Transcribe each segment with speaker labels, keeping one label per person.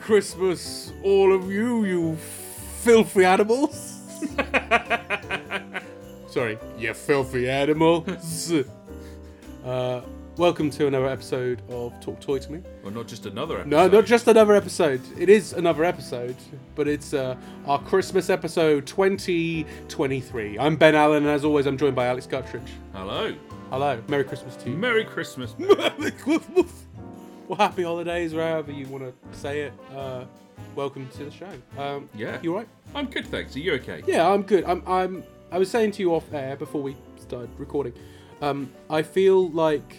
Speaker 1: Christmas, all of you, you filthy animals. Sorry, you filthy animals. uh, welcome to another episode of Talk Toy to Me.
Speaker 2: Well, not just another episode.
Speaker 1: No, not just another episode. It is another episode, but it's uh, our Christmas episode 2023. I'm Ben Allen, and as always, I'm joined by Alex Guttridge.
Speaker 2: Hello.
Speaker 1: Hello, Merry Christmas to you.
Speaker 2: Merry Christmas.
Speaker 1: Merry Christmas. Well, happy holidays, or however you want to say it. Uh, welcome to the show. Um,
Speaker 2: Yeah.
Speaker 1: you all right?
Speaker 2: I'm good, thanks. Are you okay?
Speaker 1: Yeah, I'm good. I'm. I'm. I was saying to you off air before we started recording. Um, I feel like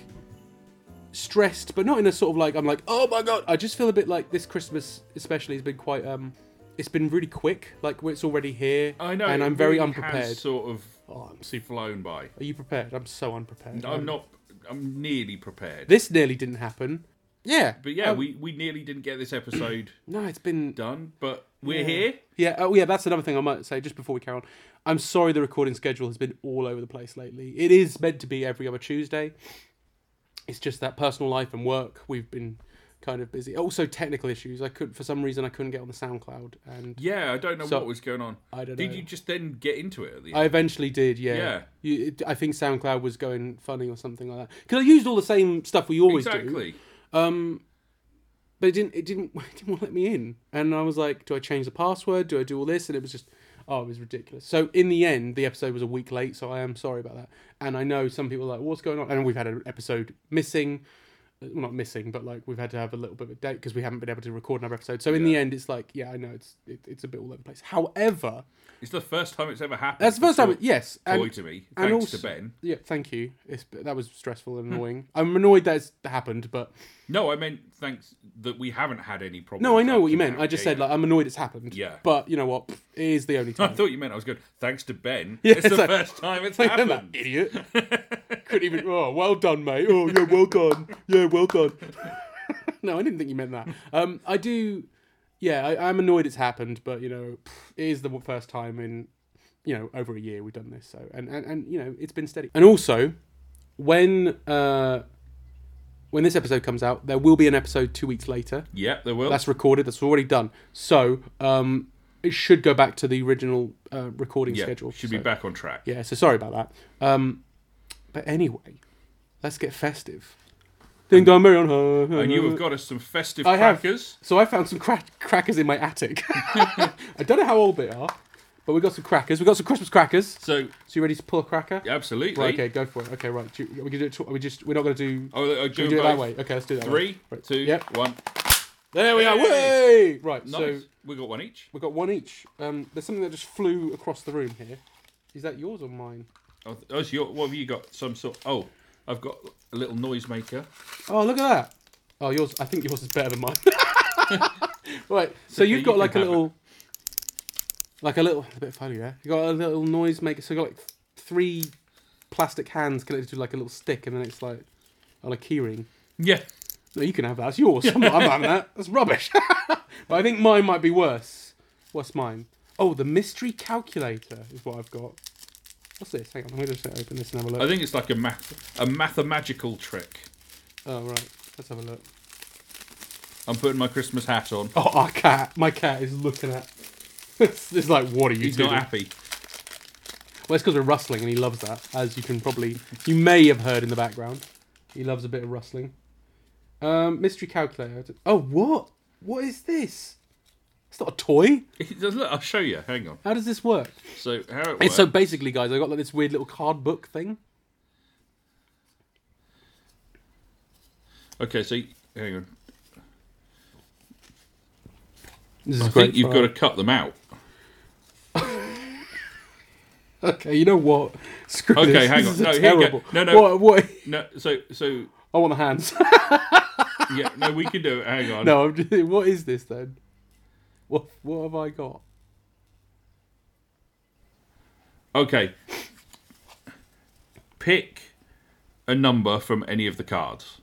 Speaker 1: stressed, but not in a sort of like I'm like, oh my god. I just feel a bit like this Christmas, especially, has been quite. Um, it's been really quick. Like it's already here.
Speaker 2: I know.
Speaker 1: And
Speaker 2: it
Speaker 1: I'm very
Speaker 2: really
Speaker 1: unprepared.
Speaker 2: Has sort of
Speaker 1: Oh, I'm
Speaker 2: see flown by.
Speaker 1: Are you prepared? I'm so unprepared.
Speaker 2: I'm not. I'm nearly prepared.
Speaker 1: Um, This nearly didn't happen. Yeah.
Speaker 2: but yeah,
Speaker 1: Um,
Speaker 2: we we nearly didn't get this episode
Speaker 1: No, it's been
Speaker 2: done, but we're here.
Speaker 1: Yeah, oh yeah, that's another thing I might say just before we carry on. I'm sorry the recording schedule has been all over the place lately. It is meant to be every other Tuesday. It's just that personal life and work we've been kind of busy. Also technical issues. I could for some reason I couldn't get on the SoundCloud and
Speaker 2: Yeah, I don't know
Speaker 1: So-
Speaker 2: what was going on.
Speaker 1: I don't
Speaker 2: Did
Speaker 1: know.
Speaker 2: you just then get into it at the end?
Speaker 1: I eventually did, yeah.
Speaker 2: Yeah.
Speaker 1: You, it, I think SoundCloud was going funny or something like that. Because I used all the same stuff we always do,
Speaker 2: exactly.
Speaker 1: but it didn't. It didn't. It didn't want to let me in. And I was like, do I change the password? Do I do all this? And it was just, oh, it was ridiculous. So in the end, the episode was a week late. So I am sorry about that. And I know some people are like, what's going on? And we've had an episode missing, well, not missing, but like we've had to have a little bit of a date because we haven't been able to record another episode. So in the end, it's like, yeah, I know it's it, it's a bit all over the place. However,
Speaker 2: It's the first time it's ever happened.
Speaker 1: that's the first time.
Speaker 2: Toy-
Speaker 1: it- Yes, and-
Speaker 2: Toy to me.
Speaker 1: and
Speaker 2: Thanks to
Speaker 1: also-
Speaker 2: Ben.
Speaker 1: Yeah, thank you. It's that was stressful and annoying. I'm annoyed that it's happened, but
Speaker 2: No, I meant thanks that we haven't had any problems.
Speaker 1: no, I know
Speaker 2: up
Speaker 1: what you
Speaker 2: to
Speaker 1: meant.
Speaker 2: now.
Speaker 1: I just
Speaker 2: Yeah,
Speaker 1: said
Speaker 2: yeah.
Speaker 1: like I'm annoyed it's happened.
Speaker 2: Yeah.
Speaker 1: but you know what? Pff, It is the only time.
Speaker 2: I thought you meant I was good. Thanks to Ben.
Speaker 1: Yeah,
Speaker 2: it's the
Speaker 1: it's like-
Speaker 2: first time it's
Speaker 1: Like, that
Speaker 2: happened.
Speaker 1: idiot. Couldn't even. Oh, well done, mate. Oh, yeah, well done. Yeah, well done. no, I didn't think you meant that. Um, I do. Yeah, I, I'm annoyed it's happened, but you know, pff, it is the first time in you know over a year we've done this. So and and, and you know it's been steady. And also, when uh, when this episode comes out, there will be an episode two weeks later.
Speaker 2: Yep, there will.
Speaker 1: That's recorded. That's already done. So um, it should go back to the original uh, recording
Speaker 2: yeah,
Speaker 1: schedule.
Speaker 2: Should
Speaker 1: so.
Speaker 2: be back on track.
Speaker 1: Yeah, so sorry about that. Um, but anyway, let's get festive. Ding dong, merry on high.
Speaker 2: And you have got us some festive
Speaker 1: I have.
Speaker 2: crackers.
Speaker 1: So I found some crack- crackers in my attic. I don't know how old they are, but we got some crackers. We got some Christmas crackers.
Speaker 2: So
Speaker 1: So you ready to pull a cracker?
Speaker 2: absolutely.
Speaker 1: Right, okay, go for it. Okay, right. Do you, are we gonna do it? tw- Are we just we're not gonna do.
Speaker 2: Oh, I
Speaker 1: should we do it that way? Okay, let's do that.
Speaker 2: Three,
Speaker 1: way. Right.
Speaker 2: two,
Speaker 1: Yep.
Speaker 2: one.
Speaker 1: There we are.
Speaker 2: Hey!
Speaker 1: Way. Right.
Speaker 2: Nice.
Speaker 1: So
Speaker 2: we got one each.
Speaker 1: we got one each. Um, there's something that just flew across the room here. Is that yours or mine?
Speaker 2: Oh, th- oh, so you're- what have you got? Some sort. Oh, I've got a little noisemaker.
Speaker 1: Oh, look at that. Oh, yours. I think yours is better than mine. right. So
Speaker 2: okay,
Speaker 1: you've
Speaker 2: you
Speaker 1: got
Speaker 2: can
Speaker 1: like a
Speaker 2: have it.
Speaker 1: little, like a little a bit of funny there. You got a little noise maker. So you got like th- three plastic hands connected to like a little stick, and then it's like on a key ring.
Speaker 2: Yeah.
Speaker 1: No, you can have that. It's yours. I'm not I'm not having that. That's rubbish. but I think mine might be worse. What's mine? Oh, the mystery calculator is what I've got. What's this? Hang on, I'm gonna just open this and have a look.
Speaker 2: I think it's like a math, a mathematical trick.
Speaker 1: Oh right, let's have a look.
Speaker 2: I'm putting my Christmas hat on.
Speaker 1: Oh, our cat. My cat is looking at. it's, it's like, what are you
Speaker 2: He's
Speaker 1: doing?
Speaker 2: not happy.
Speaker 1: Well, it's because we're rustling, and he loves that, as you can probably, you may have heard in the background. He loves a bit of rustling. Um, mystery calculator. Oh, what? What is this? It's not a toy.
Speaker 2: He does- Look, I'll show you. Hang on.
Speaker 1: How does this work?
Speaker 2: So how it
Speaker 1: It's
Speaker 2: works?
Speaker 1: so basically, guys, I got like this weird little card book thing.
Speaker 2: okay, so y- hang on.
Speaker 1: This is
Speaker 2: I
Speaker 1: great.
Speaker 2: think you've
Speaker 1: for-
Speaker 2: got to cut them out.
Speaker 1: Okay, you know what? Screw
Speaker 2: Okay,
Speaker 1: this.
Speaker 2: hang
Speaker 1: This is
Speaker 2: on.
Speaker 1: a
Speaker 2: No, here we go.
Speaker 1: terrible.
Speaker 2: No, no.
Speaker 1: What? What?
Speaker 2: No, so so
Speaker 1: I want the hands.
Speaker 2: yeah. No, we can do it. Hang on.
Speaker 1: no, I'm just, what is this then? What? What have I got?
Speaker 2: Okay. Pick a number from any of the cards.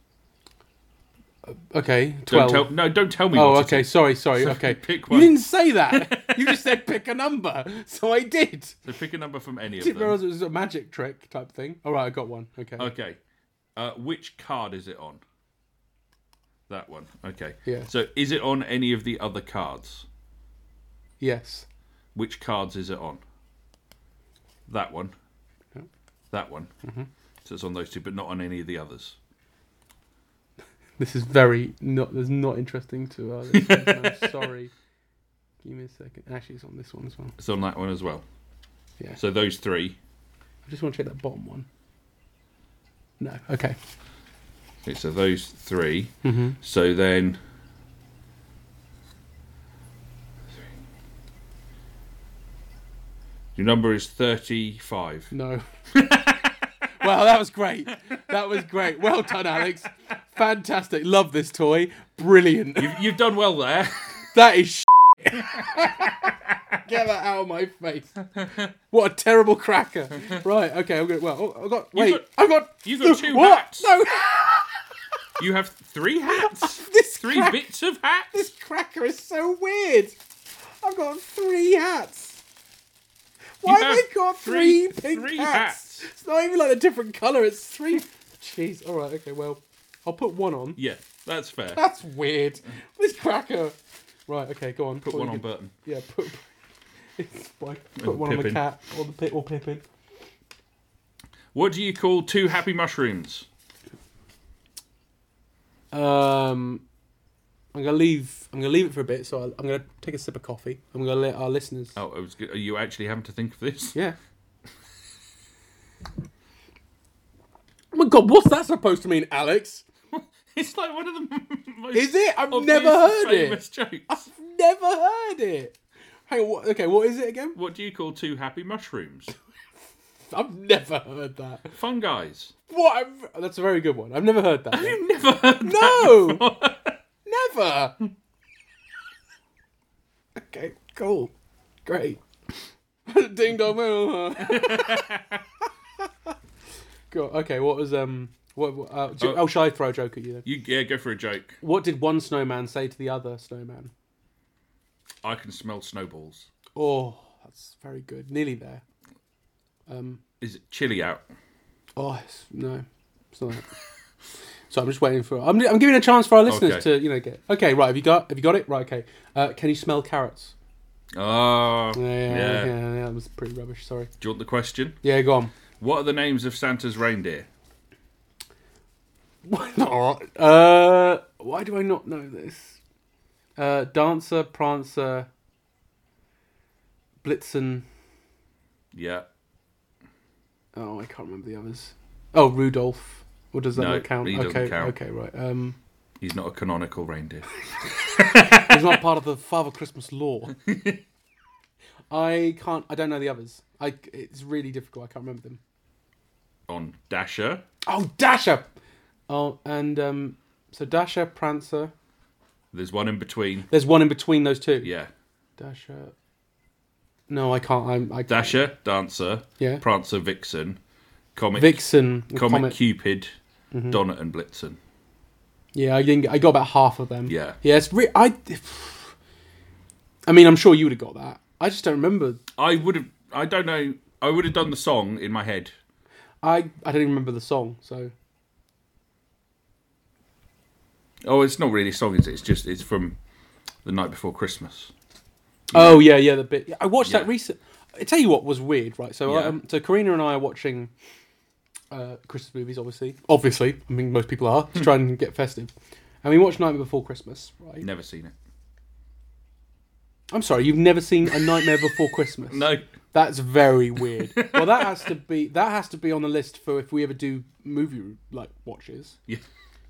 Speaker 1: Okay,
Speaker 2: Don't
Speaker 1: 12
Speaker 2: tell. No, don't tell me.
Speaker 1: Oh,
Speaker 2: what it
Speaker 1: okay.
Speaker 2: is.
Speaker 1: Sorry, sorry. Okay.
Speaker 2: pick
Speaker 1: You
Speaker 2: one.
Speaker 1: didn't say that. you just said pick a number. So I did.
Speaker 2: So pick a number from any of
Speaker 1: Didn't
Speaker 2: them.
Speaker 1: realize it was a magic trick type thing. All right, I got one. Okay.
Speaker 2: Okay. Uh, which card is it on? That one. Okay.
Speaker 1: Yeah.
Speaker 2: So is it on any of the other cards?
Speaker 1: Yes.
Speaker 2: Which cards is it on? That one.
Speaker 1: Yeah.
Speaker 2: That one. Mm-hmm. So it's on those two, but not on any of the others.
Speaker 1: This is very not. There's not interesting to our listeners. I'm sorry. Give me a second. Actually, it's on this one as well.
Speaker 2: It's on that one as well.
Speaker 1: Yeah.
Speaker 2: So those three.
Speaker 1: I just want to check that bottom one. No. Okay.
Speaker 2: Okay, so those three.
Speaker 1: Mm-hmm.
Speaker 2: So then. Your number is 35.
Speaker 1: No. wow, that was great. That was great. Well done, Alex. Fantastic. Love this toy. Brilliant.
Speaker 2: You've, you've done well there.
Speaker 1: That is shit. Get that out of my face. What a terrible cracker. Right, okay, I'm good. Well, oh, I've got. Wait,
Speaker 2: got-
Speaker 1: I've got.
Speaker 2: you've got two
Speaker 1: what?
Speaker 2: hats.
Speaker 1: No,
Speaker 2: You have three hats?
Speaker 1: this,
Speaker 2: Three
Speaker 1: crack-
Speaker 2: bits of hats?
Speaker 1: this cracker is so weird. I've got three hats. Why have
Speaker 2: have
Speaker 1: they got three,
Speaker 2: three-
Speaker 1: pink
Speaker 2: three
Speaker 1: hats?
Speaker 2: hats.
Speaker 1: It's not even like a different colour, it's three. Jeez, alright, okay, well, I'll put one on.
Speaker 2: Yeah, that's fair.
Speaker 1: That's weird. This cracker. Right, okay, go on.
Speaker 2: Put one on Burton.
Speaker 1: Yeah, put it's like
Speaker 2: Or
Speaker 1: put one on the
Speaker 2: Pippin.
Speaker 1: cat or the pit or Pippin.
Speaker 2: What do you call two happy mushrooms?
Speaker 1: Um, I'm gonna leave. I'm gonna leave it for a bit. So I'll, I'm gonna take a sip of coffee. I'm gonna let our listeners.
Speaker 2: Oh, I was go- are you actually having to think of this?
Speaker 1: Yeah. oh my god, what's that supposed to mean, Alex?
Speaker 2: It's like one of the most
Speaker 1: Is it? I've
Speaker 2: obvious
Speaker 1: never heard
Speaker 2: famous
Speaker 1: it.
Speaker 2: jokes.
Speaker 1: Never heard it. Hang on. What, okay, what is it again?
Speaker 2: What do you call two happy mushrooms?
Speaker 1: I've never heard that.
Speaker 2: Fungi's.
Speaker 1: What? I've, oh, that's a very good one. I've never heard that. one.
Speaker 2: You've never heard
Speaker 1: No.
Speaker 2: that before.
Speaker 1: Never. okay, cool, great. Ding dong. well, huh? cool. Okay, what was um? What? what, Uh, do,
Speaker 2: Oh.
Speaker 1: oh, shall I throw a joke at you then?
Speaker 2: You yeah, go for a joke.
Speaker 1: What did one snowman say to the other snowman?
Speaker 2: I can smell snowballs.
Speaker 1: Oh, that's very good. Nearly there. Um.
Speaker 2: Is it chilly out?
Speaker 1: Oh it's, no, it's not. That. So I'm just waiting for. I'm, I'm giving a chance for our listeners
Speaker 2: Okay.
Speaker 1: to you know get. Okay, right. Have you got? Have you got it? Right. Okay. Uh, can you smell carrots?
Speaker 2: Oh,
Speaker 1: Yeah, yeah, yeah.
Speaker 2: yeah.
Speaker 1: yeah, that was pretty rubbish. Sorry.
Speaker 2: Do you want the question?
Speaker 1: Yeah, go on.
Speaker 2: What are the names of Santa's reindeer?
Speaker 1: Why not? Uh, why do I not know this? Uh, Dancer, Prancer, Blitzen.
Speaker 2: Yeah.
Speaker 1: Oh, I can't remember the others. Oh, Rudolph. Or does that
Speaker 2: No,
Speaker 1: not count?
Speaker 2: he
Speaker 1: okay,
Speaker 2: doesn't count.
Speaker 1: okay, right. Um,
Speaker 2: He's not a canonical reindeer.
Speaker 1: he's not part of the Father Christmas law. I can't. I don't know the others. I. It's really difficult. I can't remember them.
Speaker 2: On Dasher,
Speaker 1: Oh, Dasher. Oh, and um, so Dasher, Prancer.
Speaker 2: there's one in between.
Speaker 1: There's one in between those two.
Speaker 2: Yeah.
Speaker 1: Dasher. No, I can't. I'm. I,
Speaker 2: Dasher, Dancer,
Speaker 1: Yeah.
Speaker 2: Prancer, Vixen, Comet,
Speaker 1: Vixen.
Speaker 2: Comet,
Speaker 1: Comet.
Speaker 2: Cupid, Donner, and Blitzen.
Speaker 1: Yeah, I didn't. get- I got about half of them.
Speaker 2: Yeah.
Speaker 1: Yeah, it's re- I. I mean, I'm sure you would have got that. I just don't remember.
Speaker 2: I would have. I don't know. I would have done the song in my head.
Speaker 1: I I don't even remember the song. So
Speaker 2: Oh, it's not really a song, is it? It's just it's from the night before Christmas.
Speaker 1: Oh yeah, yeah, the bit. I watched that
Speaker 2: Yeah.
Speaker 1: recent. I tell you what was weird, right? So,
Speaker 2: Yeah.
Speaker 1: um, so Karina and I are watching uh, Christmas movies, obviously. Obviously, I mean most people are to try and get festive. And we watched Nightmare Before Christmas, right?
Speaker 2: Never seen it.
Speaker 1: I'm sorry, you've never seen A Nightmare Before Christmas.
Speaker 2: No.
Speaker 1: That's very weird. well, that has to be that has to be on the list for if we ever do movie like watches,
Speaker 2: Yeah.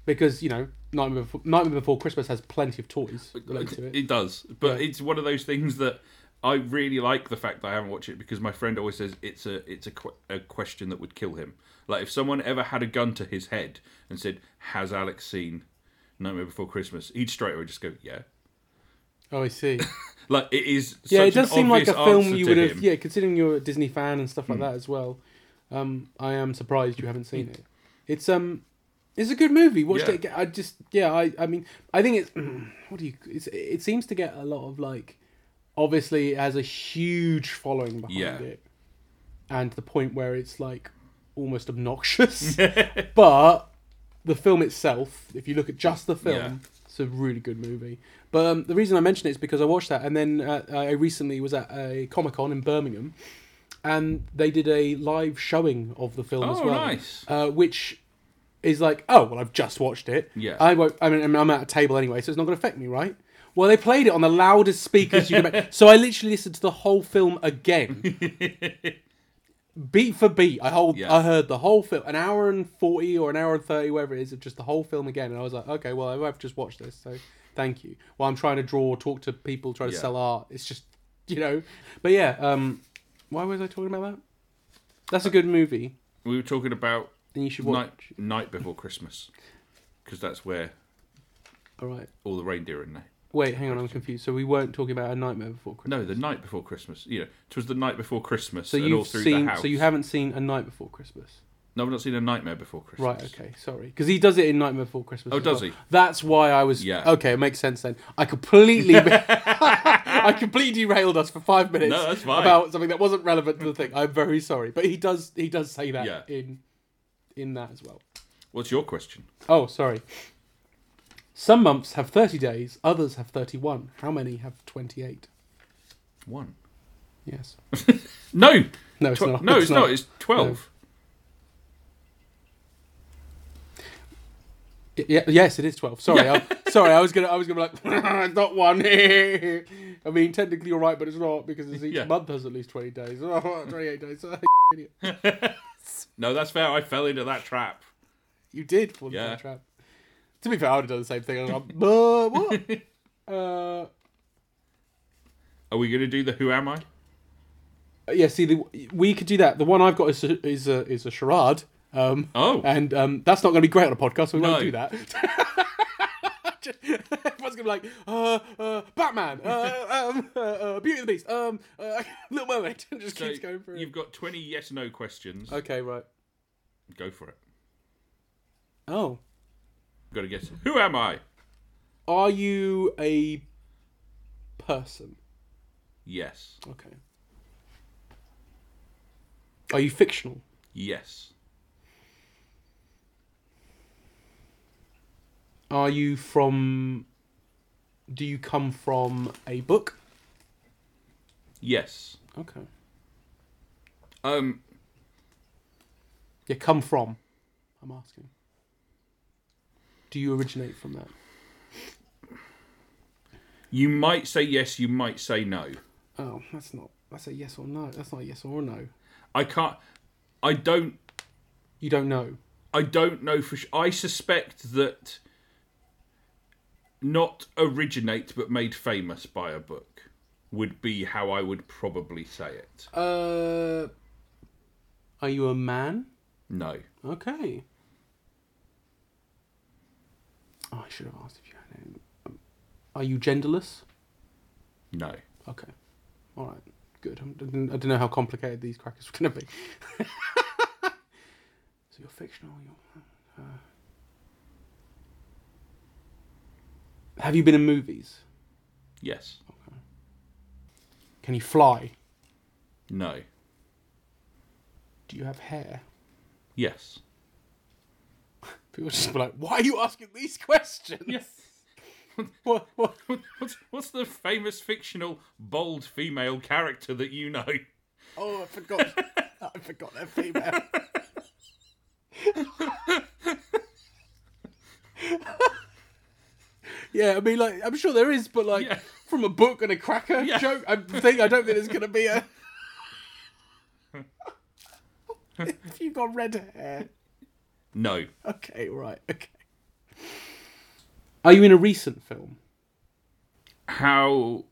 Speaker 1: because you know Nightmare Before, Nightmare Before Christmas has plenty of toys related to it.
Speaker 2: It does, but
Speaker 1: Yeah.
Speaker 2: it's one of those things that I really like the fact that I haven't watched it because my friend always says it's a it's a, que- a question that would kill him. Like if someone ever had a gun to his head and said, "Has Alex seen Nightmare Before Christmas?" He'd straight away just go, "Yeah."
Speaker 1: Oh, I see.
Speaker 2: Like it is.
Speaker 1: Yeah,
Speaker 2: such
Speaker 1: it does
Speaker 2: an
Speaker 1: seem like a
Speaker 2: obvious
Speaker 1: film
Speaker 2: answer
Speaker 1: you
Speaker 2: to
Speaker 1: would have.
Speaker 2: him. Hmm.
Speaker 1: Yeah, considering you're a Disney fan and stuff like that as well. Um, I am surprised you haven't seen it. It's um, it's a good movie. Watched
Speaker 2: Yeah.
Speaker 1: it. aga- I just yeah. I I mean I think it's what do you? It's, it seems to get a lot of like. Obviously, it has a huge following behind
Speaker 2: Yeah.
Speaker 1: it, and to the point where it's like almost obnoxious. but the film itself, if you look at just the film,
Speaker 2: Yeah.
Speaker 1: it's a really good movie. But um, the reason I mention it is because I watched that, and then uh, I recently was at a Comic Con in Birmingham, and they did a live showing of the film as
Speaker 2: Oh,
Speaker 1: well,
Speaker 2: nice.
Speaker 1: uh, which is like, oh well, I've just watched it.
Speaker 2: Yeah.
Speaker 1: I won't. I mean, I'm at a table anyway, so it's not going to affect me, right? Well, they played it on the loudest speakers you can. Make. So I literally listened to the whole film again, beat for beat. I hold.
Speaker 2: Yeah.
Speaker 1: I heard the whole film, an hour and forty or an hour and thirty, whatever it is, of just the whole film again. And I was like, okay, well, I've just watched this, so thank you. While I'm trying to draw, talk to people, try to
Speaker 2: Yeah.
Speaker 1: sell art, it's just you know. But yeah, um, why was I talking about that? That's a good movie,
Speaker 2: We were talking about
Speaker 1: and you should watch.
Speaker 2: night, night before Christmas because that's where
Speaker 1: All right.
Speaker 2: all the reindeer are in there.
Speaker 1: Wait, hang on, I'm confused. So we weren't talking about a nightmare before Christmas.
Speaker 2: No, the night before Christmas. You know, 'twas the night before Christmas
Speaker 1: So
Speaker 2: and all
Speaker 1: you've
Speaker 2: through
Speaker 1: seen.
Speaker 2: the house.
Speaker 1: So you haven't seen a night before Christmas.
Speaker 2: No, I've not seen a nightmare before Christmas.
Speaker 1: Right. Okay. Sorry. Because he does it in Nightmare Before Christmas.
Speaker 2: Oh,
Speaker 1: as
Speaker 2: does
Speaker 1: well.
Speaker 2: he?
Speaker 1: That's why I was.
Speaker 2: Yeah.
Speaker 1: Okay, it makes sense then. I completely. I completely derailed us for five minutes.
Speaker 2: No, that's fine.
Speaker 1: About something that wasn't relevant to the thing. I'm very sorry, but he does. He does say that
Speaker 2: Yeah.
Speaker 1: in, in that as well.
Speaker 2: What's your question?
Speaker 1: Oh, sorry. Some months have 30 days. Others have 31. How many have 28?
Speaker 2: One.
Speaker 1: Yes.
Speaker 2: No.
Speaker 1: No, it's
Speaker 2: Tw-
Speaker 1: not.
Speaker 2: no, it's, not. It's twelve.
Speaker 1: Y- Yeah, yes, it is twelve. Sorry, I, sorry, I was gonna, I was gonna be like, it's not one. I mean, technically you're right, but it's not because it's each
Speaker 2: Yeah.
Speaker 1: month has at least twenty days, Oh, twenty-eight days. Idiot.
Speaker 2: No, that's fair. I fell into that trap.
Speaker 1: you did fall into
Speaker 2: Yeah.
Speaker 1: that trap. To be fair, I would have done the same thing. I was like, "Uh, what? uh,
Speaker 2: Are we going to do the Who Am I?
Speaker 1: yeah, see, the, we could do that. The one I've got is a, is a, is a charade. Um,
Speaker 2: Oh,
Speaker 1: And um, that's not going to be great on a podcast, so we won't
Speaker 2: No.
Speaker 1: do that. Just- Everyone's going to be like, uh, uh, Batman, uh, um, uh, uh, Beauty and the Beast, um, uh, Little Mermaid. and just
Speaker 2: so
Speaker 1: keeps going through.
Speaker 2: you've got twenty yes/no questions.
Speaker 1: Okay, right.
Speaker 2: Go for it.
Speaker 1: Oh.
Speaker 2: Got to guess. Who am I?
Speaker 1: Are you a person?
Speaker 2: Yes.
Speaker 1: Okay. Are you fictional?
Speaker 2: Yes.
Speaker 1: Are you from. Do you come from a book?
Speaker 2: Yes.
Speaker 1: Okay.
Speaker 2: Um.
Speaker 1: Yeah, come from. I'm asking. Do you originate from that?
Speaker 2: You might say yes. You might say no.
Speaker 1: Oh, that's not. That's a yes or no. That's not a yes or a no.
Speaker 2: I can't. I don't.
Speaker 1: You don't know.
Speaker 2: I don't know for sure. I suspect that not originate but made famous by a book would be how I would probably say it.
Speaker 1: Uh, are you a man?
Speaker 2: No.
Speaker 1: Okay. Oh, I should have asked if you had any. um, Are you genderless?
Speaker 2: No.
Speaker 1: Okay. All right. Good. I'm- I didn't, I don't know how complicated these crackers were going to be. so you're fictional. You're, uh... Have you been in movies?
Speaker 2: Yes.
Speaker 1: Can you fly?
Speaker 2: No.
Speaker 1: Do you have hair?
Speaker 2: Yes.
Speaker 1: People just be like, why are you asking these questions? What, what?
Speaker 2: What's, what's the famous fictional bold female character that you know?
Speaker 1: Oh, I forgot. I forgot they're female. yeah, I mean, like, I'm sure there is, but like,
Speaker 2: Yeah.
Speaker 1: from a book and a cracker
Speaker 2: Yeah.
Speaker 1: joke, I think I don't think there's gonna be a. if you've got red hair,
Speaker 2: No.
Speaker 1: okay, right, okay. Are you in a recent film?
Speaker 2: How.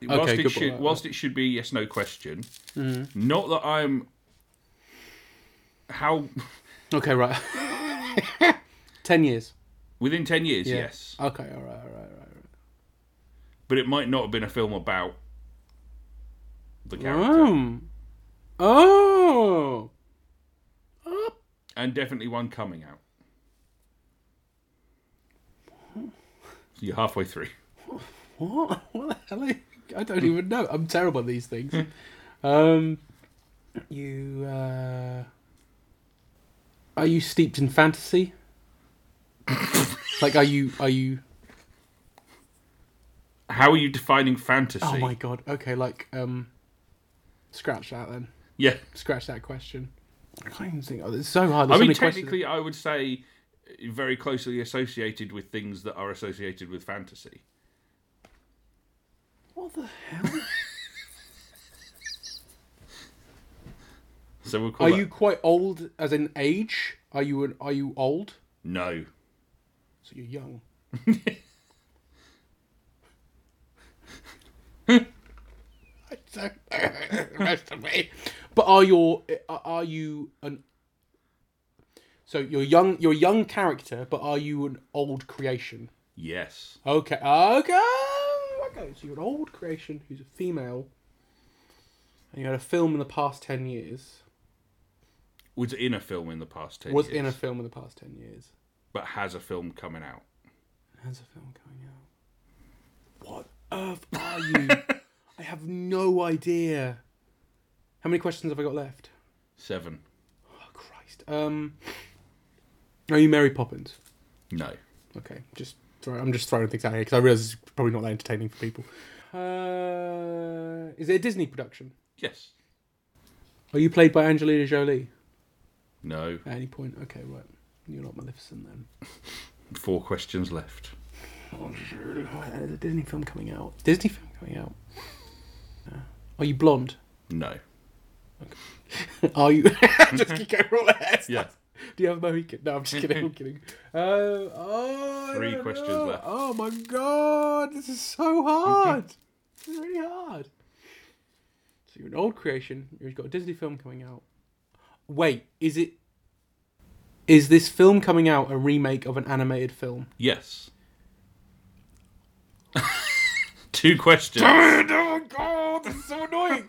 Speaker 2: Whilst,
Speaker 1: good
Speaker 2: it
Speaker 1: point. Mm-hmm.
Speaker 2: should, whilst it should be a yes no question, not that I'm. How.
Speaker 1: Okay, right. Ten years.
Speaker 2: Within 10 years,
Speaker 1: Yeah.
Speaker 2: yes.
Speaker 1: Okay, all right, all right, all right. all right.
Speaker 2: But it might not have been a film about the character.
Speaker 1: Oh. Oh.
Speaker 2: And definitely one coming out. So you're halfway through.
Speaker 1: What? What the hell? Are you- I don't even know. I'm terrible at these things. um, you uh, are you steeped in fantasy? like, are you are you?
Speaker 2: How are you defining fantasy?
Speaker 1: Oh my god. Okay, like um, scratch that then.
Speaker 2: yeah.
Speaker 1: Scratch that question. I can't even think. Oh, it's so hard. There's
Speaker 2: I
Speaker 1: so
Speaker 2: mean,
Speaker 1: many questions.
Speaker 2: technically, I would say uh, very closely associated with things that are associated with fantasy.
Speaker 1: What the hell?
Speaker 2: So we'll call
Speaker 1: are
Speaker 2: that-
Speaker 1: you quite old as in age? Are you an, are you old?
Speaker 2: No.
Speaker 1: So you're young. I don't- Rest of me. But are your are- are you an so you're young you're a young character, but are you an old creation?
Speaker 2: Yes.
Speaker 1: Okay, okay, okay. So you're an old creation who's a female, and you had a film in the past ten years.
Speaker 2: Was in a film in the past ten
Speaker 1: Was
Speaker 2: years,
Speaker 1: in a film in the past ten years.
Speaker 2: but has a film coming out.
Speaker 1: Has a film coming out? What earth are you? I have no idea. How many questions have I got left?
Speaker 2: Seven.
Speaker 1: Oh Christ. Um. Are you Mary Poppins?
Speaker 2: No.
Speaker 1: Okay, just throw, I'm just throwing things out here because I realise it's probably not that entertaining for people. Uh, is it a Disney production?
Speaker 2: Yes.
Speaker 1: Are you played by Angelina Jolie
Speaker 2: No.
Speaker 1: at any point? Okay, right. You're not Maleficent then.
Speaker 2: Four questions left.
Speaker 1: There's a Disney film coming out. Disney film coming out. Yeah. Are you blonde?
Speaker 2: No.
Speaker 1: Are you? just keep going all ahead.
Speaker 2: Yeah.
Speaker 1: Do you have a Mohican? No, I'm just kidding. I'm kidding. Uh, oh, I
Speaker 2: Three
Speaker 1: don't
Speaker 2: questions
Speaker 1: know.
Speaker 2: left.
Speaker 1: Oh my god, this is so hard. this is really hard. So you're an old creation. You've got a Disney film coming out. Wait, is it? Is this film coming out a remake of an animated film?
Speaker 2: Yes. Two questions.
Speaker 1: Oh god, this is so annoying.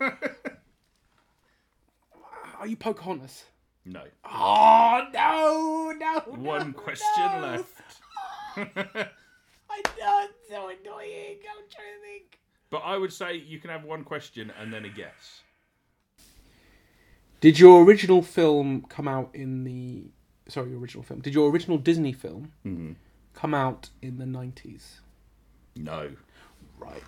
Speaker 1: Are you Pocahontas?
Speaker 2: No.
Speaker 1: Oh no, no. no,
Speaker 2: One question
Speaker 1: no.
Speaker 2: left.
Speaker 1: I know it's so annoying. I'm trying to think.
Speaker 2: But I would say you can have one question and then a guess.
Speaker 1: Did your original film come out in the? Sorry, your original film. Did your original Disney film come out in the nineties?
Speaker 2: No.
Speaker 1: Right.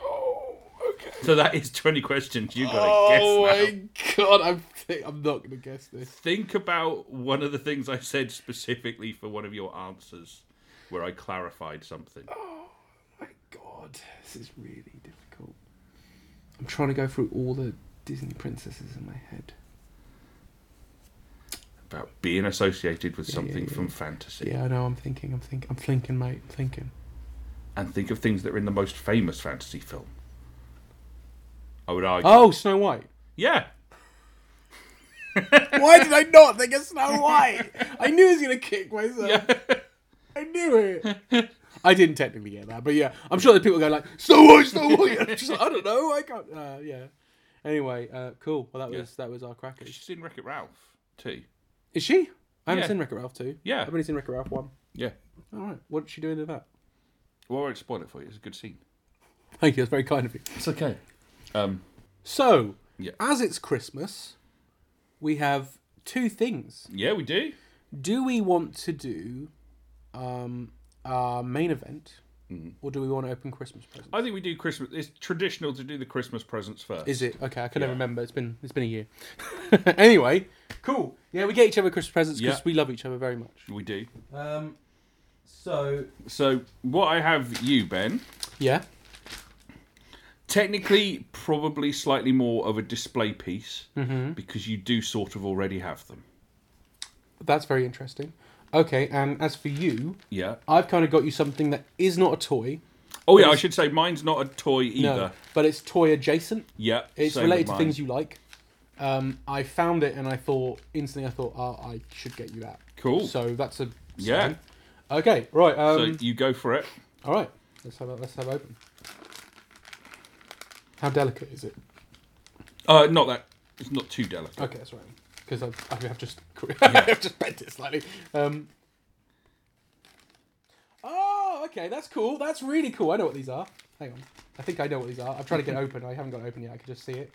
Speaker 1: Oh, okay.
Speaker 2: So that is 20 questions. you got to
Speaker 1: Oh
Speaker 2: guess now.
Speaker 1: my god, I'm thi- I'm not gonna guess this.
Speaker 2: Think about one of the things I said specifically for one of your answers where I clarified something.
Speaker 1: My god, this is really difficult. I'm trying to go through all the Disney princesses in my head.
Speaker 2: About being associated with something
Speaker 1: yeah,
Speaker 2: from fantasy.
Speaker 1: Yeah, I know. I'm thinking. I'm thinking. I'm thinking, mate. I'm thinking.
Speaker 2: And think of things that are in the most famous fantasy film. I would argue.
Speaker 1: Oh, Snow White.
Speaker 2: Yeah.
Speaker 1: Why did I not think of Snow White? I knew I was gonna kick myself. I knew it. I didn't technically get that, but yeah, I'm sure that people go like Snow White, Snow White. And I'm just like, I don't know. I can't. Uh, yeah. Anyway, uh, cool. Well, that
Speaker 2: Yeah.
Speaker 1: was that was our crackers.
Speaker 2: She's in Wreck It Ralph, too.
Speaker 1: Is she? I haven't
Speaker 2: Yeah.
Speaker 1: seen Wreck-It Ralph two.
Speaker 2: Yeah.
Speaker 1: I've only seen Wreck-It Ralph one.
Speaker 2: Yeah.
Speaker 1: All right. What did she do in that?
Speaker 2: Well, I won't spoil it for you. It's a good scene.
Speaker 1: Thank you. That's very kind of you.
Speaker 2: It's okay. Um,
Speaker 1: So,
Speaker 2: Yeah.
Speaker 1: as it's Christmas, we have two things.
Speaker 2: yeah, we do.
Speaker 1: do we want to do um, our main event
Speaker 2: Mm-hmm.
Speaker 1: or do we want to open Christmas presents?
Speaker 2: I think we do Christmas. It's traditional to do the Christmas presents first.
Speaker 1: Is it okay? I can never remember. It's been it's been a year. anyway, cool. Yeah, we get each other Christmas presents because
Speaker 2: Yeah.
Speaker 1: we love each other very much.
Speaker 2: We do.
Speaker 1: Um, so
Speaker 2: So, what I have you, Ben,
Speaker 1: yeah,
Speaker 2: technically probably slightly more of a display piece
Speaker 1: Mm-hmm.
Speaker 2: because you do sort of already have them.
Speaker 1: that's very interesting. Okay, and as for you,
Speaker 2: Yeah.
Speaker 1: I've kind of got you something that is not a toy,
Speaker 2: Oh, yeah, I should say mine's not a toy
Speaker 1: no,
Speaker 2: either.
Speaker 1: but it's toy adjacent.
Speaker 2: Yeah.
Speaker 1: It's
Speaker 2: same
Speaker 1: related
Speaker 2: with
Speaker 1: to things
Speaker 2: mine.
Speaker 1: you like. Um, I found it and I thought instantly. I thought, oh, I should get you that.
Speaker 2: Cool. So,
Speaker 1: So that's a
Speaker 2: Yeah.
Speaker 1: sign. Okay, right. Um,
Speaker 2: you go for it.
Speaker 1: all right. Let's have a, let's have open. How delicate is it?
Speaker 2: Uh, not that. It's not too delicate.
Speaker 1: Okay, that's right. Because I, I have just I have just bent it slightly. Um, oh, okay. That's cool. That's really cool. I know what these are. Hang on. I think I know what these are. I've tried to get it open. I haven't got it open yet. I can just see it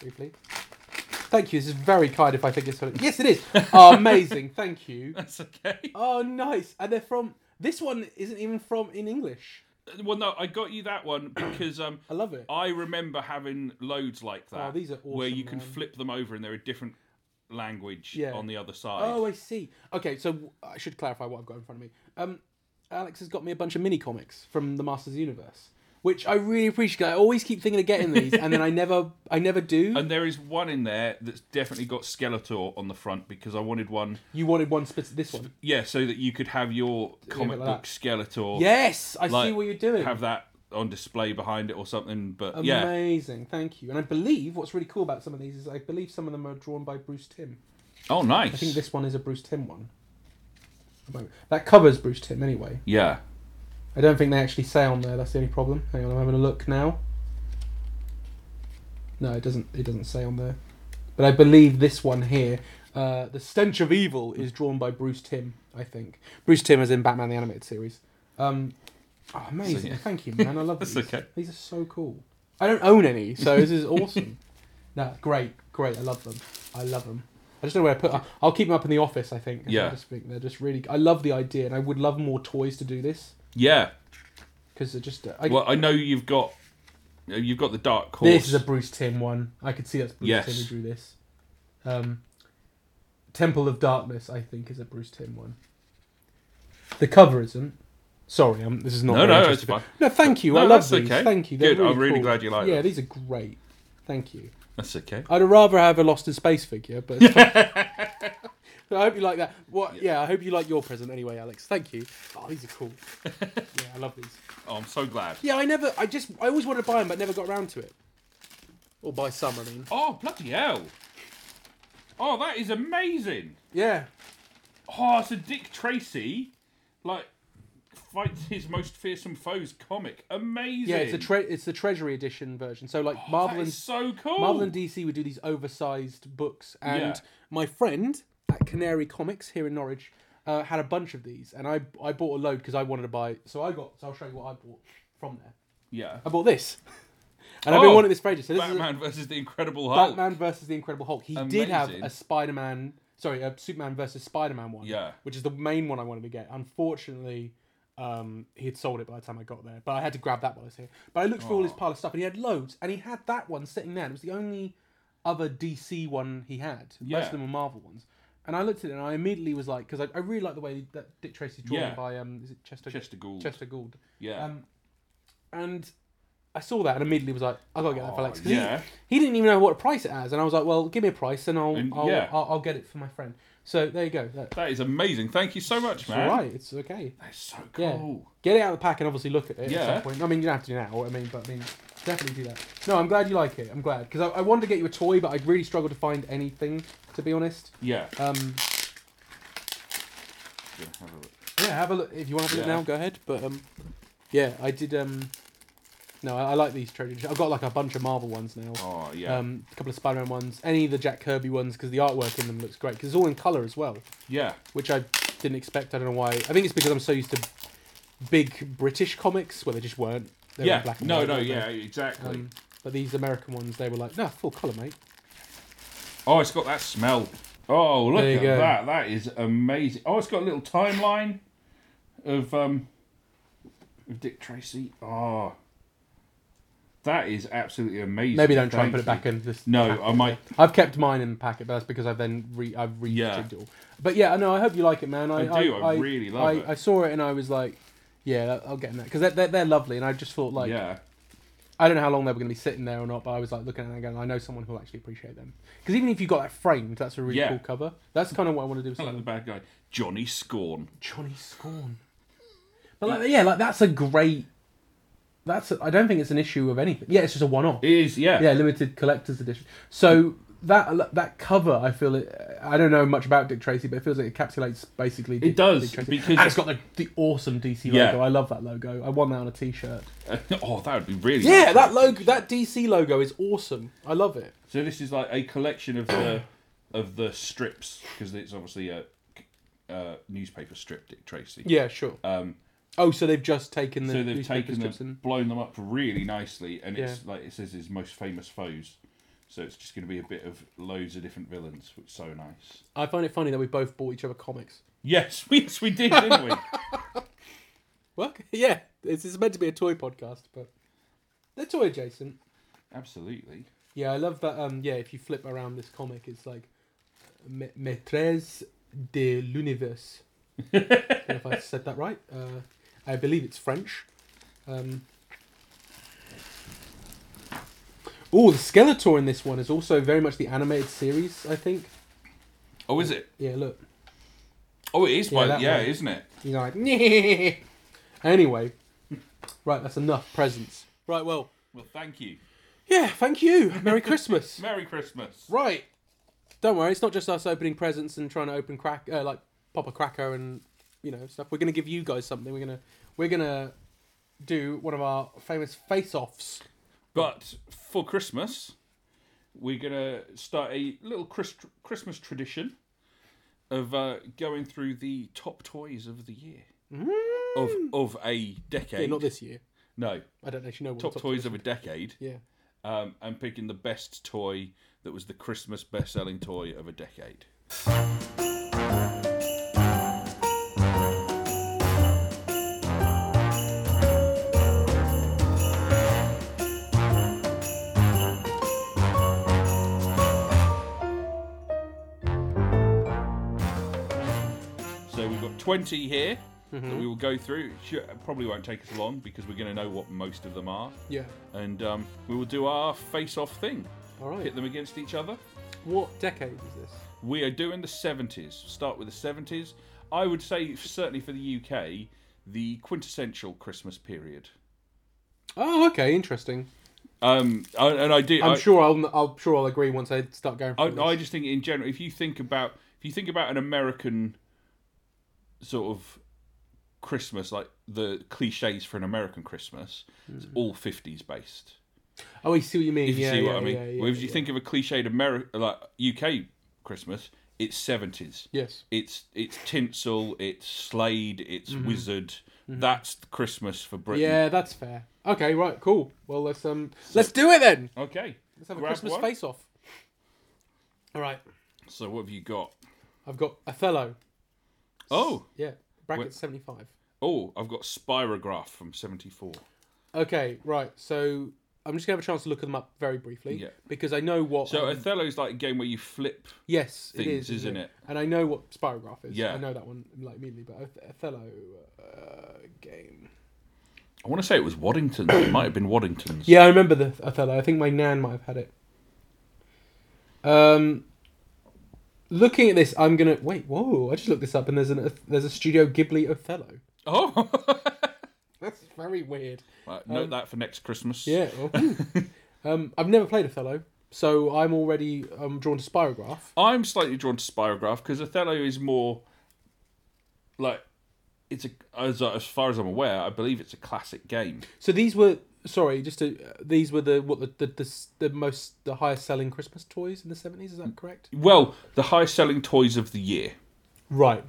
Speaker 1: briefly. Thank you. This is very kind if I think it's funny. Yes, it is. Oh, amazing. Thank you.
Speaker 2: That's okay.
Speaker 1: Oh, nice. And they're from. This one isn't even from in English.
Speaker 2: Well, no, I got you that one because um,
Speaker 1: I love it.
Speaker 2: I remember having loads like that.
Speaker 1: Oh, these are
Speaker 2: where
Speaker 1: awesome,
Speaker 2: you can
Speaker 1: man.
Speaker 2: flip them over and they're a different language
Speaker 1: Yeah.
Speaker 2: on the other side.
Speaker 1: Oh, I see. Okay, so I should clarify what I've got in front of me. Um, Alex has got me a bunch of mini comics from the Masters Universe, which I really appreciate. I always keep thinking of getting these, and then I never, I never do.
Speaker 2: And there is one in there that's definitely got Skeletor on the front because I wanted one,
Speaker 1: you wanted one specific. This one.
Speaker 2: yeah, so that you could have your comic
Speaker 1: like
Speaker 2: book
Speaker 1: that.
Speaker 2: Skeletor.
Speaker 1: Yes, I see
Speaker 2: like,
Speaker 1: what you're doing.
Speaker 2: Have that on display behind it or something. But yeah,
Speaker 1: Amazing, thank you. And I believe what's really cool about some of these is I believe some of them are drawn by Bruce Tim.
Speaker 2: oh nice.
Speaker 1: I think this one is a Bruce Tim one. That covers Bruce Tim anyway.
Speaker 2: Yeah,
Speaker 1: I don't think they actually say on there. That's the only problem. Hang on, I'm having a look now. No, it doesn't. It doesn't say on there. But I believe this one here, uh, the stench of evil, is drawn by Bruce Tim. I think Bruce Tim is in Batman the Animated Series. Um, oh, amazing!
Speaker 2: yeah.
Speaker 1: Thank you, man. I love
Speaker 2: That's
Speaker 1: these.
Speaker 2: okay.
Speaker 1: These are so cool. I don't own any, so this is awesome. no, great, great. I love them. I love them. I just don't know where I put. I'll keep them up in the office. I think.
Speaker 2: Yeah.
Speaker 1: I just think they're just really. I love the idea, and I would love more toys to do this
Speaker 2: yeah.
Speaker 1: because it just uh, I,
Speaker 2: Well, I know you've got you've got the Dark Horse.
Speaker 1: this is a Bruce Tim one. I could see that's Bruce
Speaker 2: Yes.
Speaker 1: Tim who drew this. Um, Temple of Darkness, I think, is a Bruce Tim one. The cover isn't. Sorry, um, this is not.
Speaker 2: no,
Speaker 1: very
Speaker 2: no, it's
Speaker 1: interesting.
Speaker 2: fine.
Speaker 1: no. Thank you.
Speaker 2: No,
Speaker 1: I love
Speaker 2: that's
Speaker 1: these.
Speaker 2: okay.
Speaker 1: Thank you. They're
Speaker 2: Good, I'm really
Speaker 1: cool.
Speaker 2: glad you like
Speaker 1: Yeah,
Speaker 2: them.
Speaker 1: these are great. Thank you.
Speaker 2: That's okay.
Speaker 1: I'd rather have a Lost in Space figure, but. But I hope you like that. What? Yeah. I hope you like your present anyway, Alex. Thank you. Oh, these are cool. yeah, I love these.
Speaker 2: Oh, I'm so glad.
Speaker 1: Yeah, I never. I just. I always wanted to buy them, but never got around to it. Or buy some, I mean.
Speaker 2: Oh bloody hell! Oh, that is amazing.
Speaker 1: Yeah.
Speaker 2: Oh, so Dick Tracy, like, fights his most fearsome foes comic. Amazing.
Speaker 1: Yeah, it's a tre- it's the Treasury Edition version. So like Marvel
Speaker 2: Oh, That
Speaker 1: and
Speaker 2: is so cool.
Speaker 1: Marvel and DC would do these oversized books, and
Speaker 2: Yeah.
Speaker 1: my friend at Canary Comics here in Norwich uh, had a bunch of these, and I I bought a load because I wanted to buy. So I got. So I'll show you what I bought from there.
Speaker 2: yeah.
Speaker 1: I bought this, and I've been
Speaker 2: Oh,
Speaker 1: wanting this for ages. So this is
Speaker 2: Batman versus the Incredible
Speaker 1: a,
Speaker 2: Hulk.
Speaker 1: Batman versus the Incredible Hulk. He did have
Speaker 2: Amazing.
Speaker 1: a Spider Man. Sorry, a Superman versus Spider Man one.
Speaker 2: Yeah.
Speaker 1: which is the main one I wanted to get. Unfortunately, um, he had sold it by the time I got there, but I had to grab that while I was here. But I looked through all his pile of stuff, and he had loads, and he had that one sitting there. And it was the only other DC one he had. The rest
Speaker 2: Yeah.
Speaker 1: of them were Marvel ones. And I looked at it, and I immediately was like, because I, I really like the way that Dick Tracy's drawn
Speaker 2: Yeah.
Speaker 1: by um, is it Chester
Speaker 2: Chester Gould.
Speaker 1: Chester Gould.
Speaker 2: yeah.
Speaker 1: Um, and I saw that and immediately was like, I gotta get that for
Speaker 2: Oh,
Speaker 1: Alex. 'Cause he-
Speaker 2: yeah.
Speaker 1: He, didn't even know what price it has, and I was like, well, give me a price, and I'll
Speaker 2: And-
Speaker 1: I'll,
Speaker 2: yeah.
Speaker 1: I'll I'll get it for my friend. So there you go. That,
Speaker 2: that is amazing. Thank you so much,
Speaker 1: it's
Speaker 2: man.
Speaker 1: all right. It's okay.
Speaker 2: That's so
Speaker 1: Yeah.
Speaker 2: cool.
Speaker 1: Get it out of the pack and obviously look at it at
Speaker 2: Yeah.
Speaker 1: some point. I mean, you don't have to do that. I mean, but I mean, definitely do that. No, I'm glad you like it. I'm glad because I, I wanted to get you a toy, but I really struggled to find anything, to be honest.
Speaker 2: Yeah.
Speaker 1: Um,
Speaker 2: Gonna have a look.
Speaker 1: yeah, have a look if you want to have a
Speaker 2: Yeah.
Speaker 1: look now. Go ahead. But um, yeah, I did. Um, no, I, I like these treasure. I've got like a bunch of Marvel ones now.
Speaker 2: Oh yeah.
Speaker 1: Um, a couple of Spider-Man ones, any of the Jack Kirby ones, because the artwork in them looks great. Because it's all in color as well,
Speaker 2: yeah.
Speaker 1: which I didn't expect. I don't know why. I think it's because I'm so used to big British comics where they just weren't. They
Speaker 2: Yeah.
Speaker 1: were black and
Speaker 2: no,
Speaker 1: white,
Speaker 2: no,
Speaker 1: weren't they?
Speaker 2: yeah, exactly.
Speaker 1: Um, but these American ones, they were like, no, full color, mate.
Speaker 2: oh, it's got that smell. Oh, look
Speaker 1: There you
Speaker 2: at
Speaker 1: go.
Speaker 2: that. That is amazing. Oh, it's got a little timeline of um of Dick Tracy. Oh. That is absolutely amazing.
Speaker 1: Maybe don't try and
Speaker 2: Thank
Speaker 1: put it back
Speaker 2: you.
Speaker 1: in. This
Speaker 2: No,
Speaker 1: packet.
Speaker 2: I might
Speaker 1: I've kept mine in the packet, but that's because I've then re I've re
Speaker 2: Yeah.
Speaker 1: it all. But yeah, no, I hope you like it, man. I,
Speaker 2: I do, I really love
Speaker 1: I,
Speaker 2: it.
Speaker 1: I saw it and I was like, yeah, I'll get in that because they're, they're they're lovely, and I just thought like,
Speaker 2: Yeah.
Speaker 1: I don't know how long they were going to be sitting there or not, but I was like looking at it and going, I know someone who'll actually appreciate them. Because even if you got that framed, that's a really
Speaker 2: Yeah.
Speaker 1: cool cover. That's kind of what I want to do. With
Speaker 2: I like the
Speaker 1: something.
Speaker 2: bad guy. Johnny Scorn.
Speaker 1: Johnny Scorn. But like, yeah, like that's a great. That's a, I don't think it's an issue of anything. Yeah, it's just a one-off.
Speaker 2: It is, yeah.
Speaker 1: Yeah, limited collector's edition. So that that cover, I feel it. I don't know much about Dick Tracy, but it feels like it encapsulates basically. Dick,
Speaker 2: does,
Speaker 1: Dick Tracy.
Speaker 2: because-
Speaker 1: and it's got the, the awesome DC
Speaker 2: Yeah.
Speaker 1: logo. I love that logo. I want that on a T-shirt.
Speaker 2: oh, that would be really
Speaker 1: Yeah,
Speaker 2: nice.
Speaker 1: that logo, that DC logo is awesome. I love it.
Speaker 2: So this is like a collection of the of the strips because it's obviously a, a newspaper strip, Dick Tracy.
Speaker 1: Yeah, sure.
Speaker 2: Um,
Speaker 1: Oh, so they've just taken the
Speaker 2: so they've
Speaker 1: newspaper
Speaker 2: taken
Speaker 1: strips
Speaker 2: them,
Speaker 1: and
Speaker 2: blown them up really nicely, and it's like it says his most famous foes. So it's just going to be a bit of loads of different villains, which is so nice.
Speaker 1: I find it funny that we both bought each other comics.
Speaker 2: Yes, yes, we did, didn't we?
Speaker 1: Well, yeah, it's, it's meant to be a toy podcast, but they're toy adjacent.
Speaker 2: Absolutely.
Speaker 1: Yeah, I love that. Um, yeah, if you flip around this comic, it's like Ma- Maîtresse de l'Univers. I don't know if I said that right. Uh, I believe it's French. Um, oh, the Skeletor in this one is also very much the animated series, I think.
Speaker 2: Oh, is it?
Speaker 1: Yeah, look.
Speaker 2: Oh, it is.
Speaker 1: Yeah,
Speaker 2: by,
Speaker 1: that
Speaker 2: yeah
Speaker 1: one.
Speaker 2: isn't it?
Speaker 1: You're like, "Nyeh." anyway. Right, that's enough presents. Right, well,
Speaker 2: Well, thank you.
Speaker 1: yeah, thank you. Merry Christmas.
Speaker 2: Merry Christmas.
Speaker 1: Right. Don't worry, it's not just us opening presents and trying to open crack, uh, like pop a cracker and you know stuff. We're gonna give you guys something. We're gonna we're gonna do one of our famous face-offs.
Speaker 2: But for Christmas, we're going to start a little Chris- Christmas tradition of uh, going through the top toys of the year. Of, of a decade.
Speaker 1: Mm. Yeah, not this year.
Speaker 2: No,
Speaker 1: I don't actually know what
Speaker 2: top,
Speaker 1: top
Speaker 2: toys of a decade.
Speaker 1: Yeah.
Speaker 2: Um, and picking the best toy that was the Christmas best selling toy of a decade. So we've got 20 here that we will go through. It should- probably won't take us long because we're going to know what most of them are.
Speaker 1: Yeah.
Speaker 2: And um, we will do our face off thing.
Speaker 1: All
Speaker 2: Pit
Speaker 1: right.
Speaker 2: them against each other.
Speaker 1: What decade is this?
Speaker 2: We are doing the 70s. Start with the 70s. I would say, certainly for the UK, the quintessential Christmas period.
Speaker 1: Oh, okay, interesting.
Speaker 2: Um, I- and I do.
Speaker 1: I'm
Speaker 2: I-
Speaker 1: sure I'll I'm sure I'll agree once I start going.
Speaker 2: I,
Speaker 1: through
Speaker 2: I
Speaker 1: this.
Speaker 2: just think in general, if you think about if you think about an American sort of Christmas, like the cliches for an American Christmas, it's all fifties based.
Speaker 1: oh, I see what you mean.
Speaker 2: If you
Speaker 1: Mm. yeah,
Speaker 2: see
Speaker 1: yeah,
Speaker 2: what I mean,
Speaker 1: yeah, yeah,
Speaker 2: Whereas you
Speaker 1: yeah.
Speaker 2: think of a cliched American, like UK Christmas, it's seventies.
Speaker 1: Yes.
Speaker 2: It's it's tinsel, it's Slade, it's
Speaker 1: Mm-hmm.
Speaker 2: Wizard. That's Christmas for Britain.
Speaker 1: Yeah, that's fair. Okay, right, cool. Well, let's um, let's do it then.
Speaker 2: Okay.
Speaker 1: Let's have a
Speaker 2: Grab
Speaker 1: Christmas
Speaker 2: one.
Speaker 1: face off. All right,
Speaker 2: So what have you got?
Speaker 1: I've got Othello.
Speaker 2: Oh,
Speaker 1: Yeah, bracket
Speaker 2: Wait.
Speaker 1: seventy-five.
Speaker 2: oh, I've got Spirograph from seventy four.
Speaker 1: Okay, right. So I'm just gonna have a chance to look them up very briefly
Speaker 2: Yeah.
Speaker 1: because I know what.
Speaker 2: So
Speaker 1: um,
Speaker 2: Othello's like a game where you flip
Speaker 1: yes, it
Speaker 2: things,
Speaker 1: is, isn't,
Speaker 2: isn't
Speaker 1: it?
Speaker 2: it?
Speaker 1: And I know what Spirograph is.
Speaker 2: Yeah.
Speaker 1: I know that one like immediately. But Oth- Othello uh, game.
Speaker 2: I want to say it was Waddington's. it might have been Waddington's.
Speaker 1: Yeah, I remember the Othello. I think my nan might have had it. Um, looking at this, I'm gonna wait. Whoa! I just looked this up, and there's an there's a Studio Ghibli Othello.
Speaker 2: Oh.
Speaker 1: That's very weird.
Speaker 2: Right, note that for next Christmas.
Speaker 1: Um, Yeah. well, hmm. um, I've never played Othello, so I'm already um, drawn to Spirograph.
Speaker 2: I'm slightly drawn to Spirograph because Othello is more like it's a as, as far as I'm aware, I believe it's a classic game.
Speaker 1: So these were sorry, just to, uh, these were the what the the, the s- the most the highest selling Christmas toys in the seventies. Is that correct?
Speaker 2: Well, the highest selling toys of the year,
Speaker 1: Right.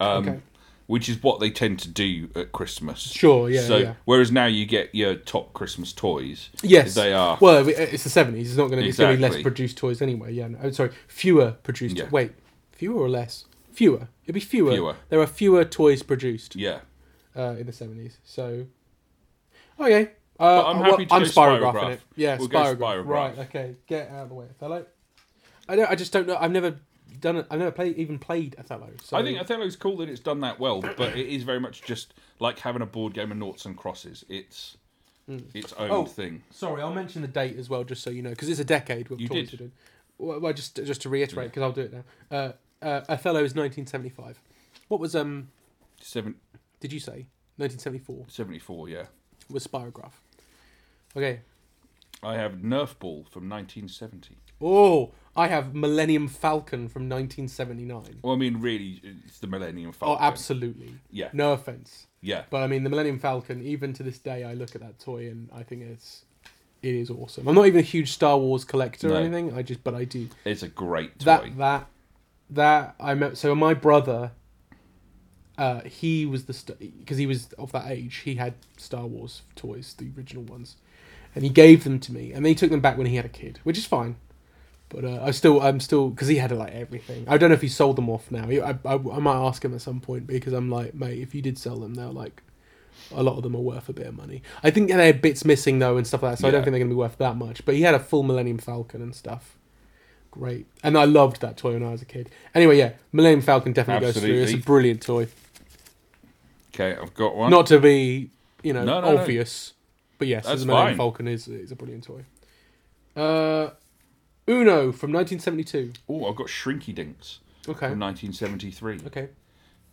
Speaker 2: um,
Speaker 1: Okay.
Speaker 2: which is what they tend to do at Christmas.
Speaker 1: Sure, Oh, yeah,
Speaker 2: So
Speaker 1: yeah.
Speaker 2: whereas now you get your top Christmas toys.
Speaker 1: Yes,
Speaker 2: They are.
Speaker 1: Well, it- it's the seventies. It's not going to. It's going to be less
Speaker 2: Exactly.
Speaker 1: produced toys anyway. Yeah. No, oh, sorry, fewer produced.
Speaker 2: Yeah.
Speaker 1: Wait, fewer or less? Fewer. It'd be fewer.
Speaker 2: Fewer.
Speaker 1: There are fewer toys produced
Speaker 2: yeah.
Speaker 1: uh, in the seventies. So, okay. Uh,
Speaker 2: But I'm
Speaker 1: well,
Speaker 2: happy to
Speaker 1: I'm
Speaker 2: go
Speaker 1: Spirograph, in
Speaker 2: Spirograph.
Speaker 1: it. Yeah,
Speaker 2: We'll go
Speaker 1: Spirograph.
Speaker 2: Spirograph.
Speaker 1: Right. Okay. Get out of the way, Othello. I don't. I just don't know. I've never done it. I've never played even played Othello. So
Speaker 2: I think Othello's cool that it's done that well, but it is very much just like having a board game of noughts and crosses. It's its own
Speaker 1: Oh.
Speaker 2: thing.
Speaker 1: Sorry, I'll mention the date as well, just so you know, because it's a decade we've
Speaker 2: You
Speaker 1: talked
Speaker 2: did.
Speaker 1: to do. Well, well, just just to reiterate, because I'll do it now. Uh, uh, Othello is 1975. What was um?
Speaker 2: Seven,
Speaker 1: Did you say 1974
Speaker 2: 74, yeah.
Speaker 1: was Spirograph? Okay.
Speaker 2: I have Nerf Ball from 1970.
Speaker 1: Oh, I have Millennium Falcon from 1979.
Speaker 2: Well, I mean, really, it's the Millennium
Speaker 1: Oh,
Speaker 2: Falcon.
Speaker 1: absolutely.
Speaker 2: Yeah,
Speaker 1: No offense,
Speaker 2: yeah.
Speaker 1: but I mean the Millennium Falcon. Even to this day, I look at that toy and I think it's it is awesome. I'm not even a huge Star Wars collector
Speaker 2: No.
Speaker 1: or anything. I just but I do
Speaker 2: It's a great toy.
Speaker 1: that that that I met. So my brother, uh, he was the because he was of that age. He had Star Wars toys, the original ones, and he gave them to me, and then he took them back when he had a kid, which is fine. But uh, I still, I'm still, because he had like everything. I don't know if he sold them off now. He- I, I, I might ask him at some point because I'm like, mate, if you did sell them, they're like, a lot of them are worth a bit of money. I think they had bits missing though and stuff like that, so I don't
Speaker 2: Yeah.
Speaker 1: think they're gonna be worth that much. But he had a full Millennium Falcon and stuff. Great, and I loved that toy when I was a kid. Anyway, yeah, Millennium Falcon definitely goes through.
Speaker 2: Absolutely.
Speaker 1: It's a brilliant toy.
Speaker 2: Okay, I've got one.
Speaker 1: Not to be, you know,
Speaker 2: No, no, no.
Speaker 1: obvious, but yes,
Speaker 2: That's
Speaker 1: the Millennium
Speaker 2: fine.
Speaker 1: Falcon is is a brilliant toy. Uh, Uno from 1972.
Speaker 2: Oh, I've got Shrinky Dinks
Speaker 1: Okay,
Speaker 2: from 1973.
Speaker 1: okay.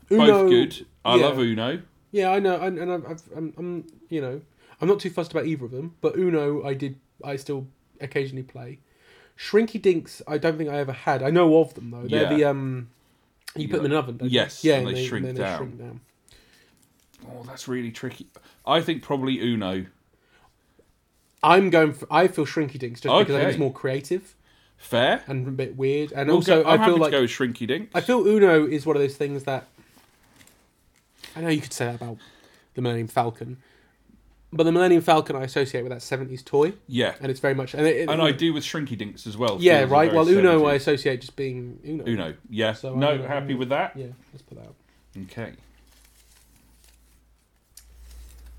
Speaker 2: Both good. I
Speaker 1: yeah.
Speaker 2: love Uno.
Speaker 1: Yeah, I know, and, and I've, I've, I'm, I'm, you know, I'm not too fussed about either of them. But Uno, I did, I still occasionally play. Shrinky Dinks, I don't think I ever had. I know of them though. They're
Speaker 2: Yeah.
Speaker 1: the um, you,
Speaker 2: You
Speaker 1: put them in an oven. Don't
Speaker 2: yes,
Speaker 1: you? yeah,
Speaker 2: and they shrink
Speaker 1: then
Speaker 2: down.
Speaker 1: down.
Speaker 2: Oh, that's really tricky. I think probably Uno.
Speaker 1: I'm going. For, I feel Shrinky Dinks just because I think
Speaker 2: Okay.
Speaker 1: it's more creative
Speaker 2: Fair.
Speaker 1: and a bit weird, and
Speaker 2: Also,
Speaker 1: also,
Speaker 2: I'm
Speaker 1: I
Speaker 2: happy
Speaker 1: feel like
Speaker 2: to go with Shrinky Dinks.
Speaker 1: I feel Uno is one of those things that I know you could say that about the Millennium Falcon, but the Millennium Falcon I associate with that '70s toy,
Speaker 2: yeah,
Speaker 1: and it's very much and, it, it-
Speaker 2: and I do with Shrinky Dinks as well.
Speaker 1: Yeah,
Speaker 2: Feels
Speaker 1: right.
Speaker 2: very
Speaker 1: Well, Uno I
Speaker 2: 70s.
Speaker 1: associate just being Uno.
Speaker 2: Uno. Yeah.
Speaker 1: So
Speaker 2: no,
Speaker 1: I'm-
Speaker 2: happy with that.
Speaker 1: Yeah, let's put that out.
Speaker 2: Okay.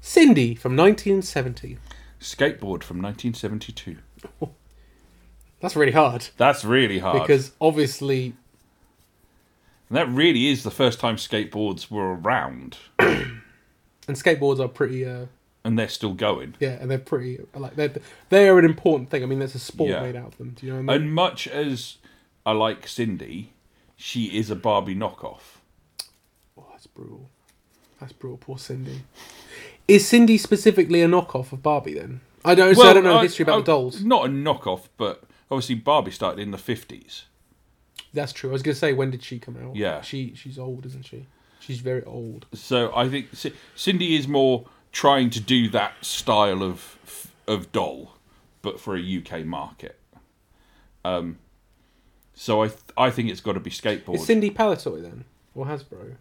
Speaker 1: Cindy from 1970.
Speaker 2: Skateboard from 1972.
Speaker 1: That's really hard
Speaker 2: That's really hard.
Speaker 1: because obviously,
Speaker 2: And that really is the first time skateboards were around,
Speaker 1: and skateboards are pretty. Uh,
Speaker 2: and they're still going.
Speaker 1: yeah, and they're pretty like they're they are an important thing. I mean, there's a sport
Speaker 2: Yeah.
Speaker 1: made out of them. Do you know what I mean?
Speaker 2: And much as I like Cindy, she is a Barbie knockoff.
Speaker 1: oh, that's brutal. That's brutal. Poor Cindy. Is Cindy specifically a knockoff of Barbie? Then I don't. so I don't know the history about
Speaker 2: I-
Speaker 1: the dolls.
Speaker 2: Not a knockoff, but obviously Barbie started in the fifties.
Speaker 1: That's true. I was gonna say when did she come out?
Speaker 2: Yeah.
Speaker 1: she she's old, isn't she? She's very old.
Speaker 2: So I think C- Cindy is more trying to do that style of of doll, but for a UK market. Um, so I th- I think it's got to be skateboard.
Speaker 1: Is Cindy Palatoy then or Hasbro?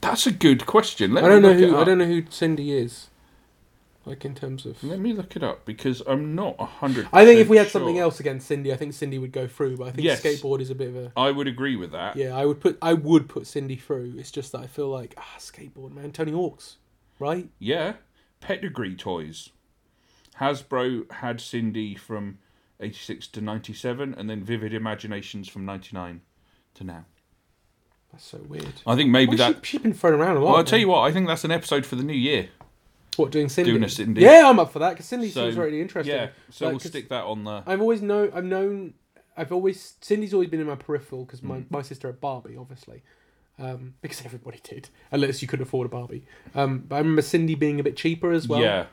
Speaker 2: That's a good question. Let
Speaker 1: I
Speaker 2: me
Speaker 1: don't know
Speaker 2: look it
Speaker 1: who I
Speaker 2: up.
Speaker 1: don't know who Cindy is. Like in terms of,
Speaker 2: Let me look it up because I'm not hundred.
Speaker 1: I think if we had something else against Cindy, I think Cindy would go through. But I think
Speaker 2: Yes.
Speaker 1: skateboard is a bit of a
Speaker 2: I would agree with that.
Speaker 1: yeah. I would put I would put Cindy through. It's just that I feel like ah skateboard man Tony Hawk's right.
Speaker 2: Yeah. Pedigree toys. Hasbro had Cindy from 86 to 97 and then Vivid Imaginations from 99 to now.
Speaker 1: That's so weird.
Speaker 2: I think maybe
Speaker 1: Well,
Speaker 2: that.
Speaker 1: she, she's been thrown around a lot.
Speaker 2: Well, I'll tell
Speaker 1: man.
Speaker 2: you what, I think that's an episode for the new year.
Speaker 1: what doing Cindy.
Speaker 2: doing a Cindy.
Speaker 1: Yeah, I'm up for that because Cindy
Speaker 2: So,
Speaker 1: seems really interesting.
Speaker 2: Yeah, so
Speaker 1: Like,
Speaker 2: we'll
Speaker 1: 'cause
Speaker 2: stick that on the.
Speaker 1: I've always known. I've known. I've always Cindy's always been in my peripheral because my,
Speaker 2: Mm.
Speaker 1: my sister had Barbie, obviously, um, because everybody did, unless you could afford a Barbie. Um, but I remember Cindy being a bit cheaper as well.
Speaker 2: yeah,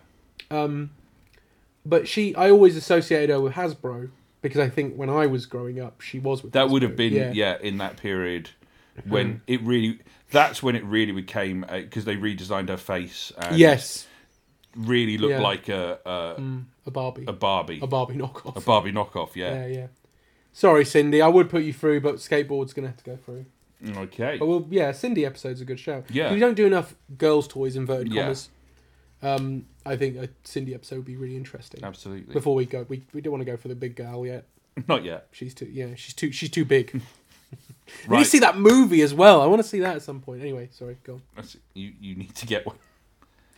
Speaker 1: Um, but she, I always associated her with Hasbro because I think when I was growing up, she was with.
Speaker 2: that
Speaker 1: Hasbro.
Speaker 2: would have been, yeah. in that period when it really. That's when it really became. Because they redesigned her face and
Speaker 1: Yes,
Speaker 2: really looked
Speaker 1: Yeah.
Speaker 2: like a, a,
Speaker 1: a Barbie,
Speaker 2: a Barbie.
Speaker 1: a Barbie knockoff.
Speaker 2: A Barbie knockoff,
Speaker 1: yeah,
Speaker 2: yeah.
Speaker 1: yeah. Sorry, Cindy. I would put you through, but skateboard's gonna have to go through.
Speaker 2: Okay.
Speaker 1: But well, yeah, Cindy episode's a good show.
Speaker 2: Yeah.
Speaker 1: we don't do enough girls' toys inverted
Speaker 2: Yeah.
Speaker 1: commas. Um, I think a Cindy episode would be really interesting.
Speaker 2: Absolutely.
Speaker 1: Before we go, we, we don't want to go for the big gal yet.
Speaker 2: Not yet.
Speaker 1: She's too yeah, she's too she's too big. We need
Speaker 2: Right.
Speaker 1: to see that movie as well. I want to see that at some point. Anyway, sorry, go. On.
Speaker 2: That's, you you need to get one.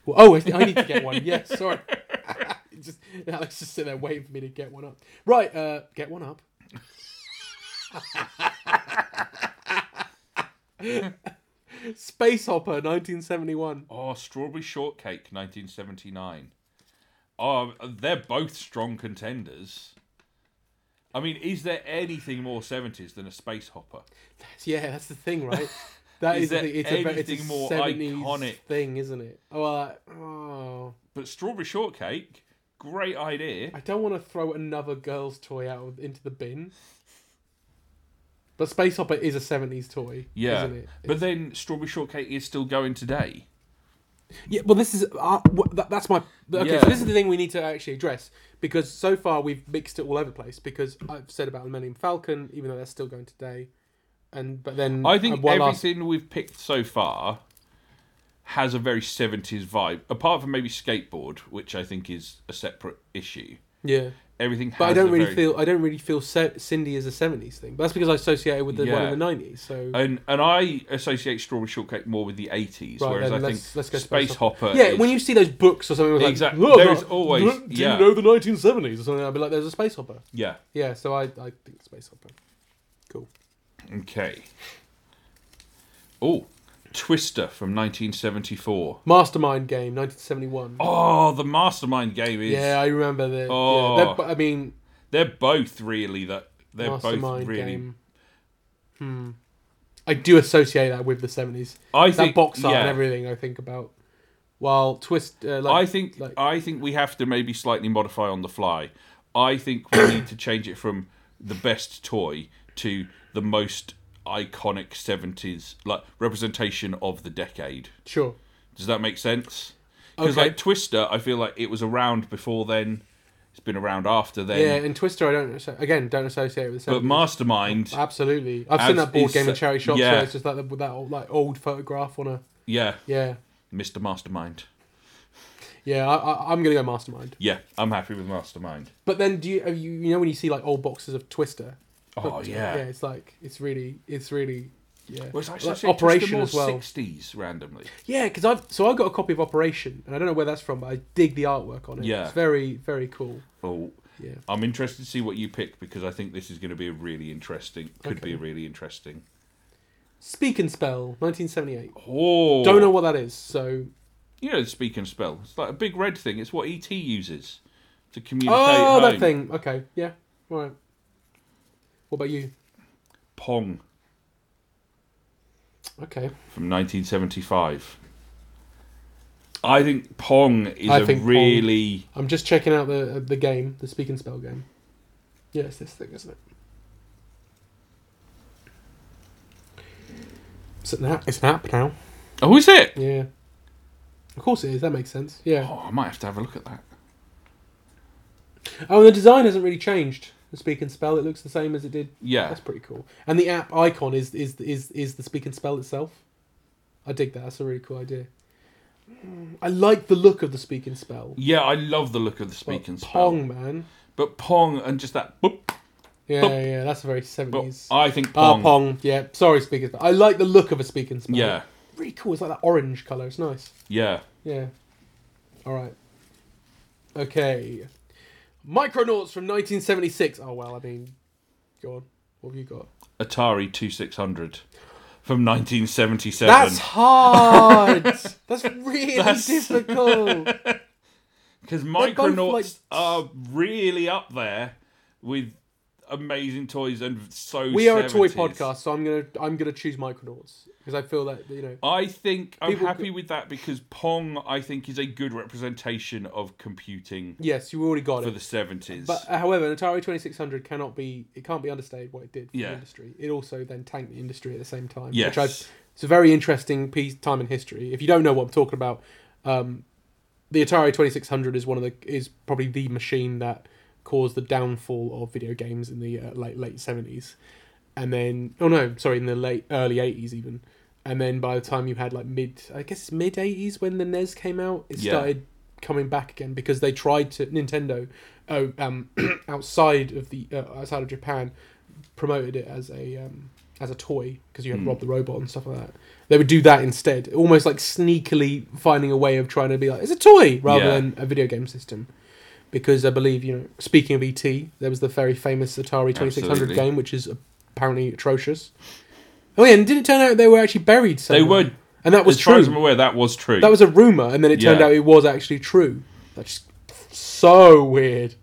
Speaker 1: Well, oh, I, I need to get one. Yeah, sorry. just Alex just sitting there waiting for me to get one up. Right, uh, get one up. Space Hopper, nineteen seventy one.
Speaker 2: Oh, Strawberry Shortcake, 1979. Oh, they're both strong contenders. I mean, is there anything more 70s than a space hopper?
Speaker 1: Yeah, that's the thing, right? That
Speaker 2: Is
Speaker 1: is, the
Speaker 2: there
Speaker 1: thing. It's a, very- it's a
Speaker 2: anything more
Speaker 1: 70s
Speaker 2: iconic?
Speaker 1: thing, isn't it? Oh, well, I- oh,
Speaker 2: But Strawberry Shortcake, great idea.
Speaker 1: I don't want to throw another girl's toy out of- into the bin. But Space Hopper is a seventies toy,
Speaker 2: Yeah.
Speaker 1: isn't it?
Speaker 2: But then Strawberry Shortcake is still going today.
Speaker 1: Yeah, well, this is uh, wh- that, that's my okay.
Speaker 2: Yeah.
Speaker 1: So this is the thing we need to actually address because so far we've mixed it all over the place. Because I've said about the Millennium Falcon, even though that's still going today, and but then
Speaker 2: I think
Speaker 1: and one last
Speaker 2: everything we've picked so far has a very 70s vibe, apart from maybe skateboard, which I think is a separate issue.
Speaker 1: Yeah.
Speaker 2: Everything has
Speaker 1: But I don't
Speaker 2: a
Speaker 1: really
Speaker 2: very-
Speaker 1: feel I don't really feel Se- Cindy is a seventies thing. But that's because I associate it with the one
Speaker 2: Yeah.
Speaker 1: in the nineties. So
Speaker 2: And and I associate Strawberry Shortcake more with the 80s,
Speaker 1: Right,
Speaker 2: whereas I
Speaker 1: then
Speaker 2: think
Speaker 1: let's- let's go
Speaker 2: Space
Speaker 1: Space
Speaker 2: Hopper.
Speaker 1: yeah,
Speaker 2: is-
Speaker 1: when you see those books or something, it was
Speaker 2: Exact-
Speaker 1: like, "Look,
Speaker 2: there is
Speaker 1: uh,
Speaker 2: always-
Speaker 1: look, Do
Speaker 2: yeah.
Speaker 1: you know the nineteen seventies or something? I'd be like, "There's a space hopper."
Speaker 2: yeah,
Speaker 1: Yeah, so I, I think space hopper. Cool.
Speaker 2: okay. Oh, Twister from 1974.
Speaker 1: Mastermind game, nineteen seventy one.
Speaker 2: Oh, the Mastermind game is.
Speaker 1: yeah, I remember that.
Speaker 2: Oh.
Speaker 1: Yeah, that- but I mean,
Speaker 2: They're both really that. They're
Speaker 1: Mastermind
Speaker 2: both really.
Speaker 1: game. Hmm. I do associate that with the seventies.
Speaker 2: I
Speaker 1: That
Speaker 2: think
Speaker 1: box art
Speaker 2: yeah,
Speaker 1: and everything. I think about. While twist, uh, like,
Speaker 2: I think
Speaker 1: like-
Speaker 2: I think we have to maybe slightly modify on the fly. I think we need to change it from the best toy to the most iconic seventies like representation of the decade.
Speaker 1: sure.
Speaker 2: Does that make sense? Because
Speaker 1: Okay.
Speaker 2: like Twister, I feel like it was around before then. It's been around after then.
Speaker 1: Yeah, and Twister, I don't asso- again don't associate it with the
Speaker 2: but
Speaker 1: 70s.
Speaker 2: Mastermind,
Speaker 1: Absolutely, I've seen
Speaker 2: As
Speaker 1: that board
Speaker 2: is
Speaker 1: game in
Speaker 2: se-
Speaker 1: charity shops.
Speaker 2: yeah.
Speaker 1: where it's just like the, that old, like old photograph on a
Speaker 2: yeah,
Speaker 1: yeah,
Speaker 2: Mr. Mastermind.
Speaker 1: yeah. I, I, I'm gonna go Mastermind.
Speaker 2: Yeah, I'm happy with Mastermind.
Speaker 1: But then do you have you you know when you see like old boxes of Twister?
Speaker 2: Oh
Speaker 1: But,
Speaker 2: yeah.
Speaker 1: yeah. It's like it's really it's really yeah.
Speaker 2: Was I
Speaker 1: Like,
Speaker 2: like,
Speaker 1: Operation as well.
Speaker 2: Sixties randomly.
Speaker 1: Yeah, because I've so I got a copy of Operation, and I don't know where that's from, but I dig the artwork on it.
Speaker 2: Yeah.
Speaker 1: it's very very cool.
Speaker 2: Oh,
Speaker 1: Yeah.
Speaker 2: I'm interested to see what you pick because I think this is going to be a really interesting. Could
Speaker 1: Okay.
Speaker 2: be really interesting.
Speaker 1: Speak and Spell, 1978.
Speaker 2: Oh,
Speaker 1: Don't know what that is, so
Speaker 2: You know, speak and spell. It's like a big red thing. It's what ET uses to communicate.
Speaker 1: oh
Speaker 2: home.
Speaker 1: that thing. Okay, yeah, all right. What about you?
Speaker 2: Pong
Speaker 1: Okay,
Speaker 2: from 1975. I think Pong is
Speaker 1: I
Speaker 2: a
Speaker 1: think Pong-
Speaker 2: really.
Speaker 1: I'm just checking out the uh, the game, the Speak and Spell game. Yeah, it's this thing, isn't it? It's an app. It's an app now.
Speaker 2: Oh, is it?
Speaker 1: Yeah. Of course it is. That makes sense. Yeah.
Speaker 2: Oh, I might have to have a look at that.
Speaker 1: Oh, and the design hasn't really changed. The Speak and Spell. It looks the same as it did.
Speaker 2: Yeah,
Speaker 1: That's pretty cool. And the app icon is is is is the Speak and Spell itself. I dig that. That's a really cool idea. Mm, I like the look of the Speak and Spell.
Speaker 2: yeah. I love the look of the speak
Speaker 1: But
Speaker 2: and spell.
Speaker 1: Pong man.
Speaker 2: But Pong and just that. Boop,
Speaker 1: Yeah,
Speaker 2: Pop.
Speaker 1: yeah. That's a very
Speaker 2: boop.
Speaker 1: seventies.
Speaker 2: I think
Speaker 1: Ah,
Speaker 2: uh, Pong.
Speaker 1: Pong. Yeah, sorry, Speak and Spell. I like the look of a Speak and Spell.
Speaker 2: Yeah,
Speaker 1: Really cool. It's like that orange colour. It's nice.
Speaker 2: yeah.
Speaker 1: Yeah. All right. Okay. Micronauts from 1976. Oh, well, I mean, go on. What have you got?
Speaker 2: Atari 2600 from 1977.
Speaker 1: That's hard. That's really
Speaker 2: That's-
Speaker 1: difficult.
Speaker 2: Because
Speaker 1: both,
Speaker 2: Micronauts
Speaker 1: like-
Speaker 2: are really up there with amazing toys and so.
Speaker 1: we are a toy
Speaker 2: 70s.
Speaker 1: podcast, so I'm gonna I'm gonna choose Micronauts because I feel that you know.
Speaker 2: I think I'm
Speaker 1: People
Speaker 2: happy with that because Pong, I think, is a good representation of computing
Speaker 1: Yes, you already got
Speaker 2: for
Speaker 1: it.
Speaker 2: the 70s.
Speaker 1: But uh, however, an Atari 2600 cannot be it can't be understated what it did for
Speaker 2: Yeah.
Speaker 1: the industry. It also then tanked the industry at the same time.
Speaker 2: Yes.
Speaker 1: Which I, it's a very interesting piece time in history. If you don't know what I'm talking about, um, the Atari 2600 is one of the is probably the machine that caused the downfall of video games in the uh, late late 70s. And then oh no, sorry, in the late early 80s even. And then by the time you had like mid I guess mid 80s when the NES came out, it
Speaker 2: Yeah.
Speaker 1: started coming back again because they tried to Nintendo oh, um, outside of the uh, outside of Japan promoted it as a um, as a toy because you had
Speaker 2: Hmm.
Speaker 1: Rob the Robot and stuff like that. They would do that instead, almost like sneakily finding a way of trying to be like it's a toy rather
Speaker 2: Yeah.
Speaker 1: than a video game system. Because I believe you know, speaking of ET, there was the very famous Atari Twenty Six Hundred
Speaker 2: Absolutely.
Speaker 1: game, which is apparently atrocious. Oh yeah, and didn't it turn out they were actually buried.
Speaker 2: they
Speaker 1: Somewhere?
Speaker 2: were,
Speaker 1: and that was
Speaker 2: as far
Speaker 1: true.
Speaker 2: as I'm aware, that was true.
Speaker 1: That was a rumor, and then it turned
Speaker 2: Yeah.
Speaker 1: out it was actually true. That's just so weird.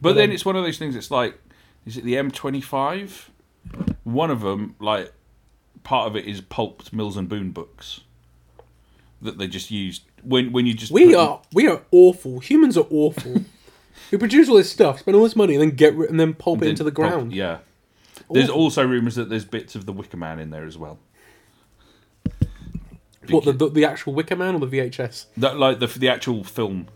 Speaker 2: But then
Speaker 1: Um,
Speaker 2: it's one of those things. It's like, is it the M twenty five? One of them, like, part of it is pulped Mills and Boone books that they just used when when you just
Speaker 1: We
Speaker 2: put-
Speaker 1: are we are awful. Humans are awful. we produce all this stuff, spend all this money, and then get ri- and then pulp it
Speaker 2: then
Speaker 1: into the
Speaker 2: pulp-
Speaker 1: ground.
Speaker 2: yeah. There's
Speaker 1: Awful.
Speaker 2: also rumours that there's bits of the Wicker Man in there as well.
Speaker 1: What the, the the actual Wicker Man or the VHS?
Speaker 2: That like the the actual film,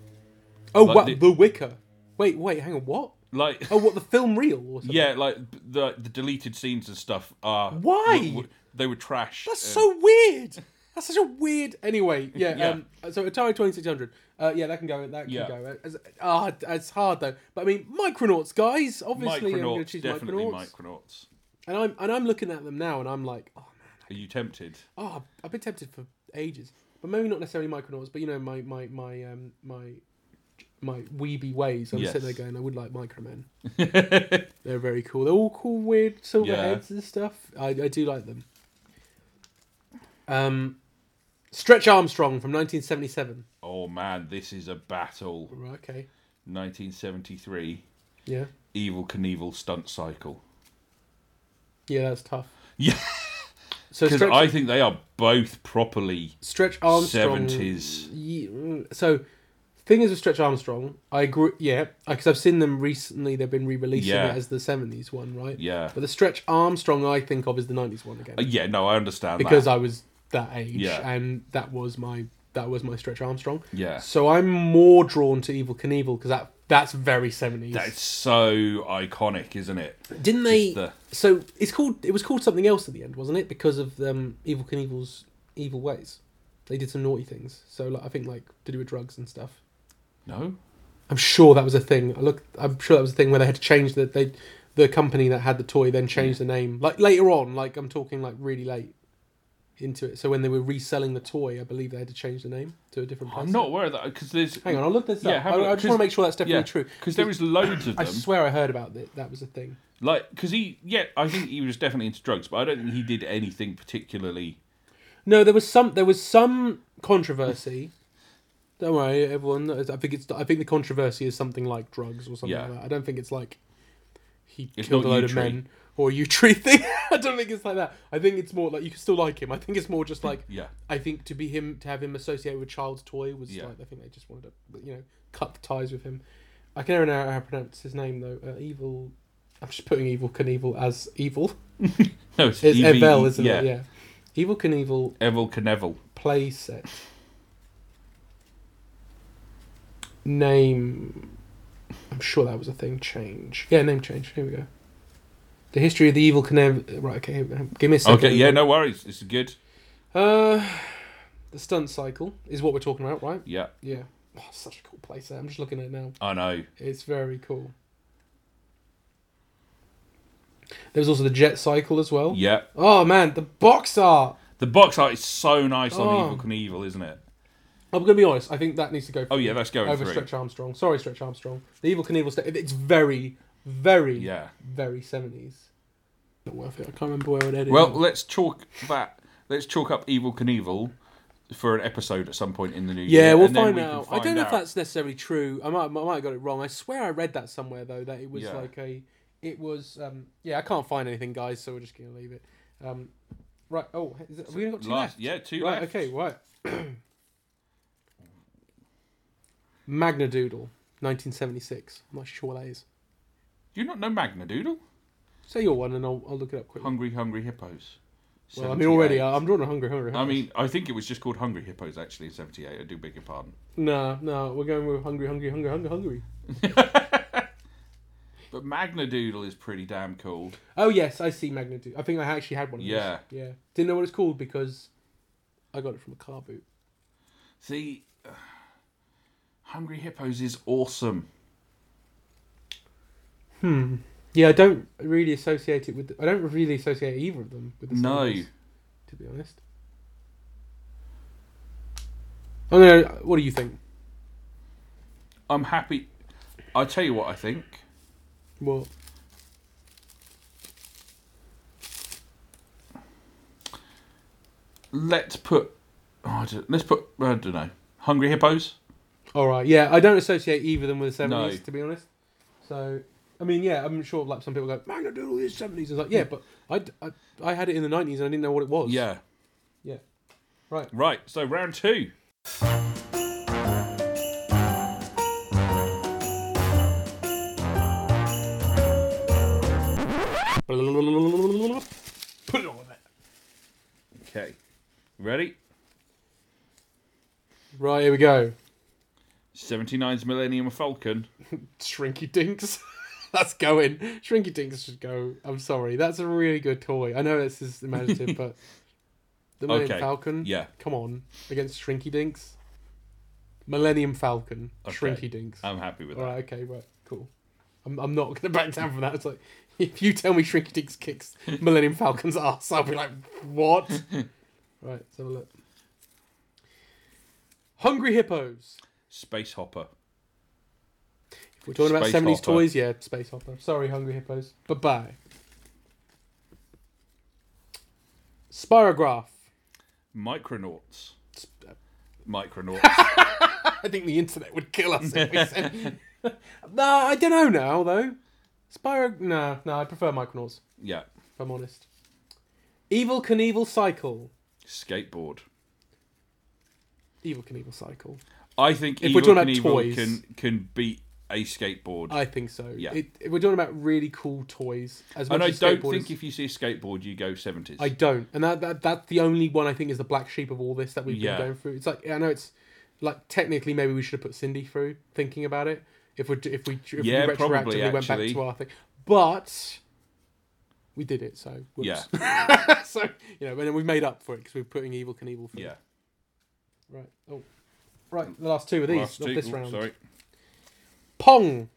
Speaker 1: Oh,
Speaker 2: Like
Speaker 1: what
Speaker 2: the-
Speaker 1: the, Wicker? Wait, wait, hang on. What?
Speaker 2: like
Speaker 1: Oh, what the film reel or something?
Speaker 2: yeah, like the the deleted scenes and stuff are
Speaker 1: Why?
Speaker 2: they were trash.
Speaker 1: that's
Speaker 2: and-
Speaker 1: so weird. That's such a weird. Anyway, yeah.
Speaker 2: Yeah.
Speaker 1: Um, so Atari Twenty Six Hundred. Uh, yeah, that can go. That can
Speaker 2: Yeah.
Speaker 1: go. It's, ah, it's hard though. But I mean, Micronauts, guys. Obviously, I'm going to
Speaker 2: Micronauts,
Speaker 1: choose
Speaker 2: definitely
Speaker 1: Micronauts.
Speaker 2: Micronauts.
Speaker 1: And I'm and I'm looking at them now, and I'm like, oh man,
Speaker 2: Are you tempted?
Speaker 1: oh, I've been tempted for ages. But maybe not necessarily Micronauts, but you know, my my my um my my weeby ways. I'm
Speaker 2: Yes.
Speaker 1: sitting there going, I would like Micromen. They're very cool. They're all cool, weird silver
Speaker 2: Yeah.
Speaker 1: heads and stuff. I, I do like them. Um, Stretch Armstrong from 1977.
Speaker 2: Oh man, this is a battle.
Speaker 1: Right, okay.
Speaker 2: 1973,
Speaker 1: Yeah.
Speaker 2: Evil Knievel stunt cycle.
Speaker 1: Yeah, that's tough.
Speaker 2: Yeah.
Speaker 1: So
Speaker 2: Because
Speaker 1: Stretch,
Speaker 2: I think they are both properly
Speaker 1: Stretch Armstrong.
Speaker 2: 70s.
Speaker 1: Ye- mm, So, thing is with Stretch Armstrong, I agree. Yeah, because I've seen them recently. They've been re-releasing
Speaker 2: Yeah.
Speaker 1: it as the '70s one, right?
Speaker 2: Yeah.
Speaker 1: But the Stretch Armstrong I think of is the '90s one again,
Speaker 2: Uh, yeah, no, I understand
Speaker 1: because
Speaker 2: that.
Speaker 1: I was that age,
Speaker 2: Yeah.
Speaker 1: and that was my that was my Stretch Armstrong.
Speaker 2: yeah.
Speaker 1: So I'm more drawn to Evil Knievel because that that's very '70s.
Speaker 2: That's so iconic, isn't it?
Speaker 1: Didn't they?
Speaker 2: Just the-
Speaker 1: So it's called. It was called something else at the end, wasn't it? Because of um, Evil Knievel's evil ways. They did some naughty things. So like, I think like to do with drugs and stuff.
Speaker 2: No?
Speaker 1: I'm sure that was a thing. I look, I'm sure that was a thing where they had to change the they, the company that had the toy then changed the name. Like later on, like I'm talking like really late into it. So when they were reselling the toy, I believe they had to change the name to a different.
Speaker 2: I'm
Speaker 1: place.
Speaker 2: not aware of that because there's.
Speaker 1: Hang on, I'll look this
Speaker 2: Yeah,
Speaker 1: up.
Speaker 2: have
Speaker 1: I,
Speaker 2: a look,
Speaker 1: I just
Speaker 2: 'cause-
Speaker 1: want to make sure that's definitely
Speaker 2: yeah,
Speaker 1: true.
Speaker 2: Because there is loads of
Speaker 1: I
Speaker 2: them.
Speaker 1: swear I heard about that. That was a thing.
Speaker 2: Like, because he, yeah, I think he was definitely into drugs, but I don't think he did anything particularly.
Speaker 1: No, there was some. There was some controversy. Don't worry, everyone. I think it's. I think the controversy is something like drugs or something
Speaker 2: Yeah.
Speaker 1: like that. I don't think it's like he
Speaker 2: It's
Speaker 1: killed a
Speaker 2: not
Speaker 1: load
Speaker 2: you
Speaker 1: of
Speaker 2: tree.
Speaker 1: men or you tree thing. I don't think it's like that. I think it's more like you can still like him. I think it's more just like
Speaker 2: Yeah.
Speaker 1: I think to be him to have him associated with child's toy was
Speaker 2: Yeah.
Speaker 1: like I think they just wanted to you know cut the ties with him. I can never know how to pronounce his name though. Uh, evil. I'm just putting evil Knievel as evil.
Speaker 2: No, it's,
Speaker 1: It's
Speaker 2: EV,
Speaker 1: Evel, isn't
Speaker 2: E- yeah.
Speaker 1: it? Yeah. Evil Knievel
Speaker 2: Evel Knievel.
Speaker 1: play set name i'm sure that was a thing change yeah name change here we go the history of the evil Knievel. right okay here we go. give me a second
Speaker 2: Okay, yeah, no worries. This is good.
Speaker 1: uh the stunt cycle is what we're talking about right
Speaker 2: Yeah,
Speaker 1: yeah oh, such a cool play set i'm just looking at it now
Speaker 2: I know.
Speaker 1: it's very cool there was also the jet cycle as well
Speaker 2: Yeah.
Speaker 1: oh man the box art
Speaker 2: The box art is so nice
Speaker 1: Oh.
Speaker 2: on Evil Knievel, isn't it?
Speaker 1: i'm gonna be honest i think that needs to go
Speaker 2: Oh, yeah, that's going
Speaker 1: over
Speaker 2: through.
Speaker 1: Stretch Armstrong. Sorry, Stretch Armstrong. The Evil Knievel st- It's very, very,
Speaker 2: Yeah.
Speaker 1: very seventies. Not worth it. I can't remember where it edited.
Speaker 2: Well, let's chalk that. Let's chalk up Evil Knievel for an episode at some point in the new year.
Speaker 1: yeah, we'll
Speaker 2: and then
Speaker 1: find
Speaker 2: we can
Speaker 1: out. I
Speaker 2: find
Speaker 1: don't know if
Speaker 2: out.
Speaker 1: that's necessarily true. I might, I might have got it wrong. I swear I read that somewhere though that it was
Speaker 2: Yeah.
Speaker 1: like a, it was. Um, yeah, I can't find anything, guys. So we're just gonna leave it. Um, right. Oh, is it, have we only got two
Speaker 2: Last,
Speaker 1: left?
Speaker 2: yeah, two
Speaker 1: right.
Speaker 2: left.
Speaker 1: Okay. Right. Magnadoodle, 1976. I'm not sure what that is.
Speaker 2: Do you not know Magna Doodle?
Speaker 1: Say your one, and I'll, I'll look it up quickly.
Speaker 2: Hungry, hungry hippos.
Speaker 1: Well, I mean, already
Speaker 2: 78.
Speaker 1: I- I'm drawing a hungry, hungry.
Speaker 2: I mean, I think it was just called Hungry Hippos actually in '78. I do beg your pardon.
Speaker 1: no, no, we're going with hungry, hungry, hungry, hungry, hungry.
Speaker 2: But Magna Doodle is pretty damn cool.
Speaker 1: Oh yes, I see magnitude. I think I actually had one. Of
Speaker 2: Yeah.
Speaker 1: these. yeah. Didn't know what it's called because I got it from a car boot.
Speaker 2: See, uh, Hungry Hippos is awesome.
Speaker 1: Hmm. Yeah, I don't really associate it with. I don't really associate either of them with. The
Speaker 2: No.
Speaker 1: Sanders, To be honest. I'm gonna. Oh, What do you think?
Speaker 2: I'm happy. I tell you what I think.
Speaker 1: Well,
Speaker 2: Let's put. oh, I don't- let's put. I don't know. Hungry Hippos.
Speaker 1: all right. Yeah, I don't associate either of them with the
Speaker 2: No.
Speaker 1: seventies. To be honest. So. I mean, yeah, I'm sure like some people go, Magna Doodle is 70s. It's like, yeah, but I, I, I had it in the 90s and I didn't know what it was.
Speaker 2: Yeah.
Speaker 1: Yeah. Right.
Speaker 2: Right. So round two.
Speaker 1: Put it on there.
Speaker 2: Okay. Ready?
Speaker 1: Right, here we go.
Speaker 2: 79's Millennium Falcon.
Speaker 1: Shrinky Dinks. That's going. Shrinky Dinks should go. I'm sorry. That's a really good toy. I know this is imaginative, but the Millennium
Speaker 2: Okay,
Speaker 1: Falcon.
Speaker 2: yeah.
Speaker 1: Come on, against Shrinky Dinks. Millennium Falcon,
Speaker 2: Okay.
Speaker 1: Shrinky Dinks.
Speaker 2: I'm happy with
Speaker 1: All
Speaker 2: that.
Speaker 1: right, okay, right, cool. I'm, I'm not going to back down from that. It's like, if you tell me Shrinky Dinks kicks Millennium Falcon's ass, I'll be like, what? right, let's have a look. Hungry Hippos.
Speaker 2: Space Hopper.
Speaker 1: If we're talking
Speaker 2: Space
Speaker 1: about 70s
Speaker 2: Hopper.
Speaker 1: toys, yeah, Space Hopper. Sorry, Hungry Hippos. Bye bye. Spirograph.
Speaker 2: Micronauts.
Speaker 1: Sp-
Speaker 2: Micronauts.
Speaker 1: I think the internet would kill us if we said. no, I don't know now, though. Spyro. No, no, I prefer Micronauts,
Speaker 2: yeah.
Speaker 1: if I'm honest. Evil Knievel Cycle.
Speaker 2: Skateboard.
Speaker 1: Evil Knievel Cycle.
Speaker 2: I think
Speaker 1: If
Speaker 2: if
Speaker 1: we're
Speaker 2: Evil
Speaker 1: talking about
Speaker 2: Knievel
Speaker 1: toys-
Speaker 2: can can beat a skateboard.
Speaker 1: I think so.
Speaker 2: Yeah.
Speaker 1: It, it- we're talking about really cool toys. As much
Speaker 2: and I
Speaker 1: as
Speaker 2: don't
Speaker 1: skateboarders-
Speaker 2: think if you see a skateboard, you go seventies.
Speaker 1: I don't, and that, that that's the only one I think is the black sheep of all this that we've
Speaker 2: Yeah.
Speaker 1: been going through. It's like I know it's like technically maybe we should have put Cindy through thinking about it if we if we if
Speaker 2: Yeah,
Speaker 1: we retroactively
Speaker 2: probably,
Speaker 1: went back
Speaker 2: actually.
Speaker 1: to our thing, but we did it, so whoops.
Speaker 2: Yeah,
Speaker 1: so you know, and then we've made up for it because we're putting Evil Knievel through.
Speaker 2: yeah.
Speaker 1: Right. Oh, right. The last two of these,
Speaker 2: Last
Speaker 1: not
Speaker 2: two-
Speaker 1: this
Speaker 2: ooh,
Speaker 1: round.
Speaker 2: Sorry.
Speaker 1: Pong,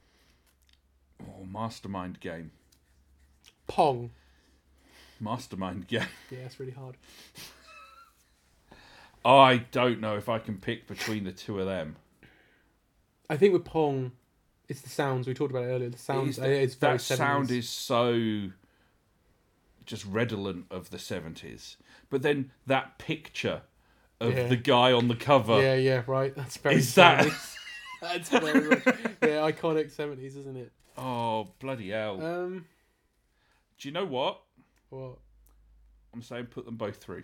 Speaker 2: Oh, mastermind game.
Speaker 1: pong.
Speaker 2: Mastermind game.
Speaker 1: Yeah, it's really hard.
Speaker 2: I don't know if I can pick between the two of them.
Speaker 1: I think with pong, it's the sounds we talked about it earlier. The
Speaker 2: It
Speaker 1: sounds. uh,
Speaker 2: is
Speaker 1: It's,
Speaker 2: the-
Speaker 1: very
Speaker 2: that sound
Speaker 1: 70s.
Speaker 2: is so just redolent of the seventies. But then that picture of
Speaker 1: Yeah.
Speaker 2: the guy on the cover.
Speaker 1: Yeah, yeah, right. That's very.
Speaker 2: Is that
Speaker 1: 70s. That's very much, yeah, iconic seventies, isn't it?
Speaker 2: Oh bloody hell.
Speaker 1: Um,
Speaker 2: Do you know what?
Speaker 1: what?
Speaker 2: I'm saying put them both through.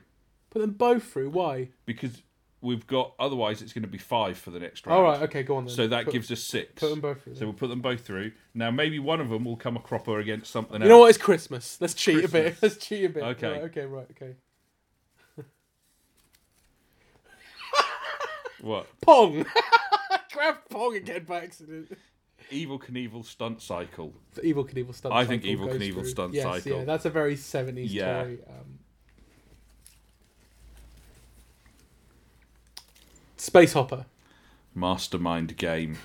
Speaker 1: Put them both through. Why?
Speaker 2: Because we've got otherwise it's gonna be five for the next round.
Speaker 1: All right, okay, go on then.
Speaker 2: So that
Speaker 1: Put-
Speaker 2: gives us six.
Speaker 1: put them both through.
Speaker 2: So
Speaker 1: then.
Speaker 2: we'll put them both through. Now maybe one of them will come a cropper against something
Speaker 1: you know
Speaker 2: else.
Speaker 1: what? It's Christmas. Let's cheat a bit. Let's cheat a bit.
Speaker 2: Okay.
Speaker 1: Right, okay. Right. Okay.
Speaker 2: What?
Speaker 1: Pong. Grabbed pong again by accident.
Speaker 2: Evil Knievel stunt cycle.
Speaker 1: The Evil Knievel stunt.
Speaker 2: I think
Speaker 1: cycle
Speaker 2: Evil
Speaker 1: goes
Speaker 2: Knievel
Speaker 1: through.
Speaker 2: stunt
Speaker 1: yes, Yeah,
Speaker 2: cycle.
Speaker 1: that's a very seventies
Speaker 2: Yeah.
Speaker 1: toy. Um... Space Hopper.
Speaker 2: Mastermind game.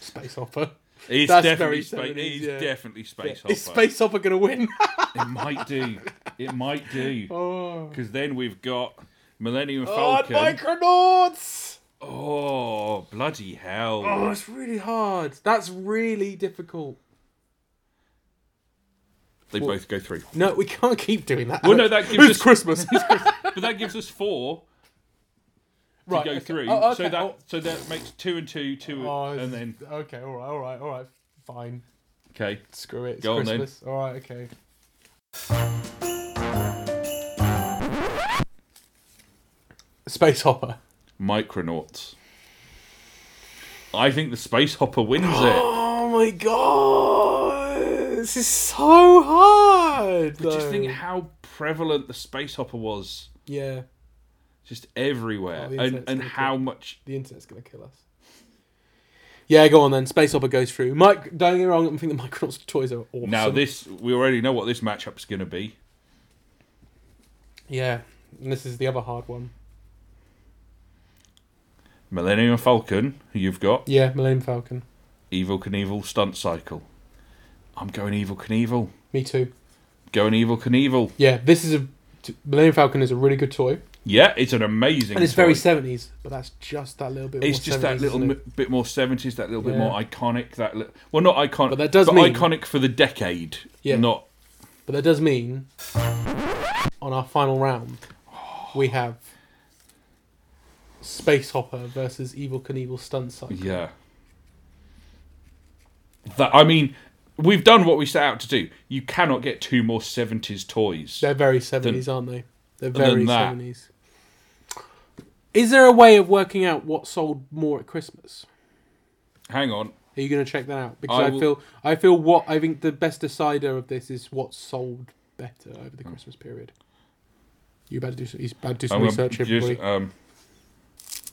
Speaker 1: Space Hopper.
Speaker 2: It's
Speaker 1: That's very
Speaker 2: definitely space.
Speaker 1: 70s,
Speaker 2: It's
Speaker 1: yeah.
Speaker 2: definitely space
Speaker 1: Is
Speaker 2: hopper.
Speaker 1: Space Hopper going to win?
Speaker 2: It might do. It might do.
Speaker 1: oh.
Speaker 2: Because then we've got Millennium
Speaker 1: Oh,
Speaker 2: Falcon. Oh,
Speaker 1: Micronauts!
Speaker 2: bloody hell!
Speaker 1: Oh, it's really hard. That's really difficult.
Speaker 2: They both go through.
Speaker 1: No, we can't keep doing that.
Speaker 2: Well, no,
Speaker 1: Alex.
Speaker 2: that gives
Speaker 1: it's
Speaker 2: us-
Speaker 1: Christmas. It's Christmas.
Speaker 2: But that gives us four to
Speaker 1: right,
Speaker 2: go
Speaker 1: okay.
Speaker 2: through.
Speaker 1: Oh,
Speaker 2: So
Speaker 1: okay.
Speaker 2: that so that makes two and two, two
Speaker 1: Oh, oh,
Speaker 2: and then
Speaker 1: okay, all right, all right, all right, fine.
Speaker 2: okay.
Speaker 1: Screw it. It's
Speaker 2: Go on then.
Speaker 1: Christmas. All right, okay. Space Hopper.
Speaker 2: Micronauts. I think the space hopper wins it.
Speaker 1: Oh my god, this is so hard.
Speaker 2: Just
Speaker 1: though.
Speaker 2: think how prevalent the space hopper was,
Speaker 1: yeah,
Speaker 2: just everywhere,
Speaker 1: Oh, the
Speaker 2: and
Speaker 1: internet's
Speaker 2: and
Speaker 1: gonna
Speaker 2: how much.
Speaker 1: the internet's gonna kill us. Yeah, go on then. Space Hopper goes through. Mike, don't get me wrong. I think the Micronauts toys are awesome.
Speaker 2: Now this we already know what this matchup's going to be.
Speaker 1: yeah, and this is the other hard one.
Speaker 2: Millennium Falcon, who you've got.
Speaker 1: Yeah, Millennium Falcon.
Speaker 2: Evil Knievel Stunt Cycle. I'm going Evil Knievel.
Speaker 1: Me too.
Speaker 2: Going Evil Knievel.
Speaker 1: Yeah, this is a t- Millennium Falcon is a really good toy,
Speaker 2: Yeah, it's an amazing
Speaker 1: and it's very
Speaker 2: toy.
Speaker 1: seventies. But that's just that little bit.
Speaker 2: It's
Speaker 1: more
Speaker 2: just
Speaker 1: 70s,
Speaker 2: that little
Speaker 1: isn't it?
Speaker 2: m- bit more 70s, that little bit
Speaker 1: Yeah.
Speaker 2: more iconic. That li- Well, not iconic.
Speaker 1: But that does mean-
Speaker 2: iconic for the decade.
Speaker 1: Yeah.
Speaker 2: Not.
Speaker 1: But that does mean on our final round, we have Space Hopper versus Evil Knievel Stunt Cycle.
Speaker 2: Yeah. That I mean, we've done what we set out to do. You cannot get two more 70s toys.
Speaker 1: They're very 70s, aren't they? They're
Speaker 2: than
Speaker 1: very
Speaker 2: that.
Speaker 1: 70s. Is there a way of working out what sold more at Christmas?
Speaker 2: Hang on.
Speaker 1: Are you going to check that out? Because
Speaker 2: I
Speaker 1: I,
Speaker 2: will-
Speaker 1: feel I feel what I think the best decider of this is what sold better over the Christmas period. You better do some, he's about to do some
Speaker 2: Hmm. I'm gonna
Speaker 1: research, everybody.
Speaker 2: just, um,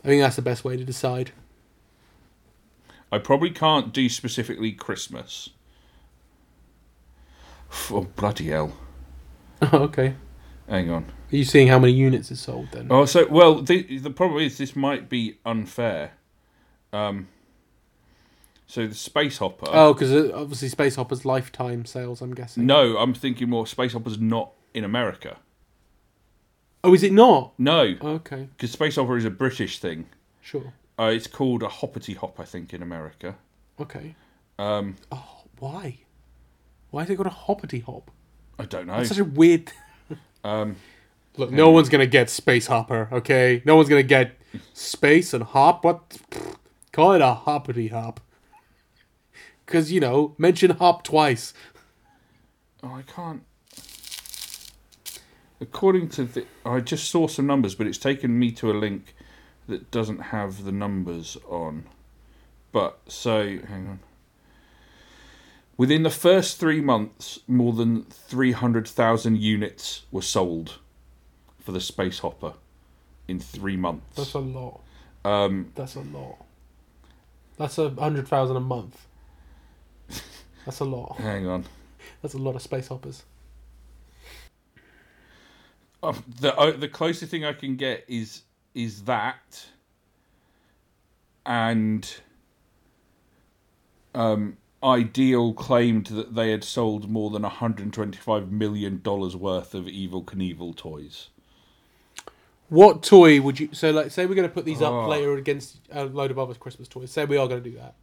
Speaker 1: I think that's the best way to decide.
Speaker 2: I probably can't do specifically Christmas. Oh bloody hell!
Speaker 1: okay.
Speaker 2: Hang on.
Speaker 1: Are you seeing how many units it sold then?
Speaker 2: Oh, so well, the the problem is this might be unfair. Um. So the space hopper.
Speaker 1: Oh, because obviously Space Hopper's lifetime sales, I'm guessing.
Speaker 2: No, I'm thinking more. Space hopper's not in America.
Speaker 1: Oh, is it not?
Speaker 2: No,
Speaker 1: Okay,
Speaker 2: because space hopper is a British thing.
Speaker 1: sure.
Speaker 2: Uh, it's called a hoppity hop, I think, in America.
Speaker 1: Okay.
Speaker 2: Um,
Speaker 1: Oh, why? Why has it got a hoppity hop?
Speaker 2: I don't know.
Speaker 1: That's such a weird.
Speaker 2: Um,
Speaker 1: Look, no one's gonna get Space Hopper, okay? No one's gonna get Space and Hop. What? Call it a hoppity hop. Because, you know, mention hop twice.
Speaker 2: Oh, I can't. According to the, I just saw some numbers, but it's taken me to a link that doesn't have the numbers on. But so, hang on. Within the first three months, more than three hundred thousand units were sold for the space hopper. In three months,
Speaker 1: a lot.
Speaker 2: um,
Speaker 1: That's a lot. That's a hundred thousand a month. That's a lot.
Speaker 2: hang on.
Speaker 1: That's a lot of Space Hoppers.
Speaker 2: Oh, the oh, the closest thing I can get is is that, and um, Ideal claimed that they had sold more than 125 million dollars worth of Evil Knievel toys.
Speaker 1: What toy would you? So, like, say we're going to put these
Speaker 2: Oh.
Speaker 1: up later against a load of other Christmas toys. Say we are going to do that.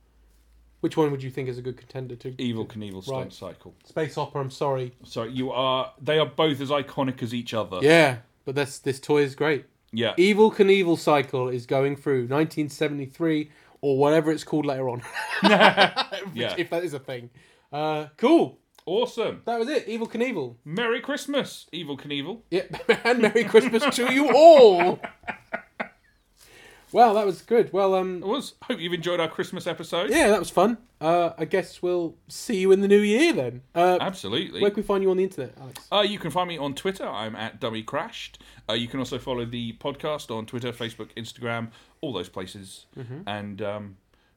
Speaker 1: Which one would you think is a good contender to
Speaker 2: Evil Knievel stunt
Speaker 1: Right.
Speaker 2: cycle.
Speaker 1: Space Hopper? I'm sorry.
Speaker 2: So you are they are both as iconic as each other.
Speaker 1: Yeah, but that's this toy is great.
Speaker 2: Yeah.
Speaker 1: Evil Knievel cycle is going through 1973 or whatever it's called later on,
Speaker 2: yeah.
Speaker 1: if that is a thing. Uh, cool.
Speaker 2: Awesome.
Speaker 1: That was it. Evil Knievel.
Speaker 2: Merry Christmas, Evil Knievel.
Speaker 1: Yep, and Merry Christmas to you all. Well, that was good. Well, um,
Speaker 2: It was. Hope you've enjoyed our Christmas episode.
Speaker 1: yeah, that was fun. Uh, I guess we'll see you in the new year then. Uh,
Speaker 2: Absolutely.
Speaker 1: where can we find you on the internet, Alex?
Speaker 2: Uh, you can find me on Twitter. I'm at Dummy Crashed. Uh, you can also follow the podcast on Twitter, Facebook, Instagram, all those places.
Speaker 1: Mm-hmm.
Speaker 2: And um,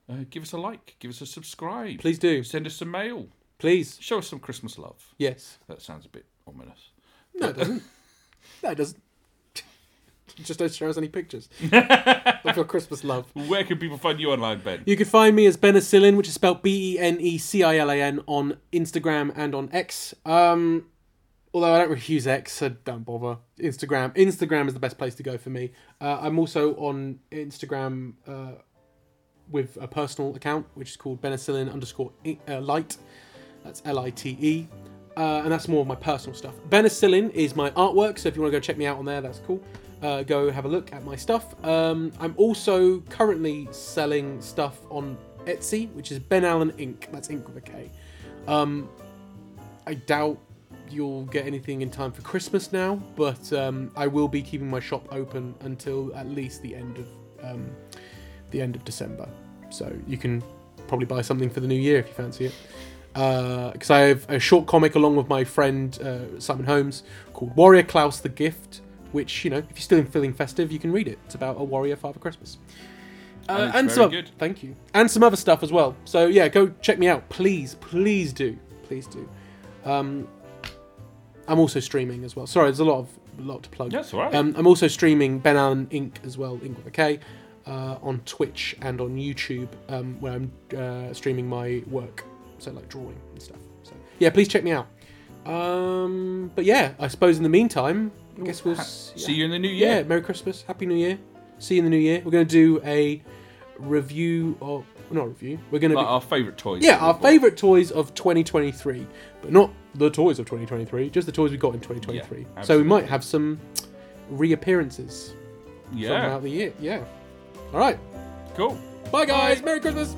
Speaker 2: uh, give us a like, give us a subscribe.
Speaker 1: Please do.
Speaker 2: Send us some mail.
Speaker 1: Please.
Speaker 2: Show us some Christmas love.
Speaker 1: Yes.
Speaker 2: That sounds a bit ominous.
Speaker 1: No, it doesn't. No, it doesn't. Just don't show us any pictures of your Christmas love.
Speaker 2: Where can people find you online, Ben?
Speaker 1: You can find me as Benacillin, which is spelled B E N E C I L A N, on Instagram and on X. Um, although I don't really use X, so don't bother. Instagram, Instagram is the best place to go for me. Uh, I'm also on Instagram uh, with a personal account, which is called Benacillin underscore i- uh, Light. That's L I T E. Uh, and that's more of my personal stuff. Benacillin is my artwork, so if you want to go check me out on there, that's cool. Uh, go have a look at my stuff. Um, I'm also currently selling stuff on Etsy, which is Ben Allen Inc. That's Inc with a K. Um, I doubt you'll get anything in time for Christmas now, but um, I will be keeping my shop open until at least the end of um, the end of December. So you can probably buy something for the new year if you fancy it. Because I have a short comic along with my friend uh, Simon Holmes called Warrior Klaus the Gift, which, you know, if you're still in feeling festive, you can read it. It's about a warrior father Christmas.
Speaker 2: And
Speaker 1: Uh,
Speaker 2: it's
Speaker 1: and
Speaker 2: very
Speaker 1: some
Speaker 2: good.
Speaker 1: thank you, and some other stuff as well. So yeah, go check me out, please, please do, please do. Um, I'm also streaming as well. Sorry, there's a lot of lot to plug.
Speaker 2: That's all right.
Speaker 1: Um, I'm also streaming Ben Allen Inc. as well, Inc with a K, uh, on Twitch and on YouTube, um, where I'm uh, streaming my work, so like drawing and stuff. So yeah, please check me out. Um, but yeah, I suppose in the meantime, I guess we'll
Speaker 2: Ha-
Speaker 1: s-
Speaker 2: See you in the new
Speaker 1: yeah,
Speaker 2: year.
Speaker 1: Merry Christmas, Happy New Year. See you in the New Year. We're going to do a review of not review. We're going to
Speaker 2: Like our favourite toys.
Speaker 1: yeah, our favorite toys of 2023, but not the toys of 2023, just the toys we got in 2023.
Speaker 2: Yeah,
Speaker 1: so we might
Speaker 2: absolutely.
Speaker 1: have some reappearances
Speaker 2: Yeah.
Speaker 1: throughout the year. Yeah. All right.
Speaker 2: Cool.
Speaker 1: Bye guys. Merry Christmas.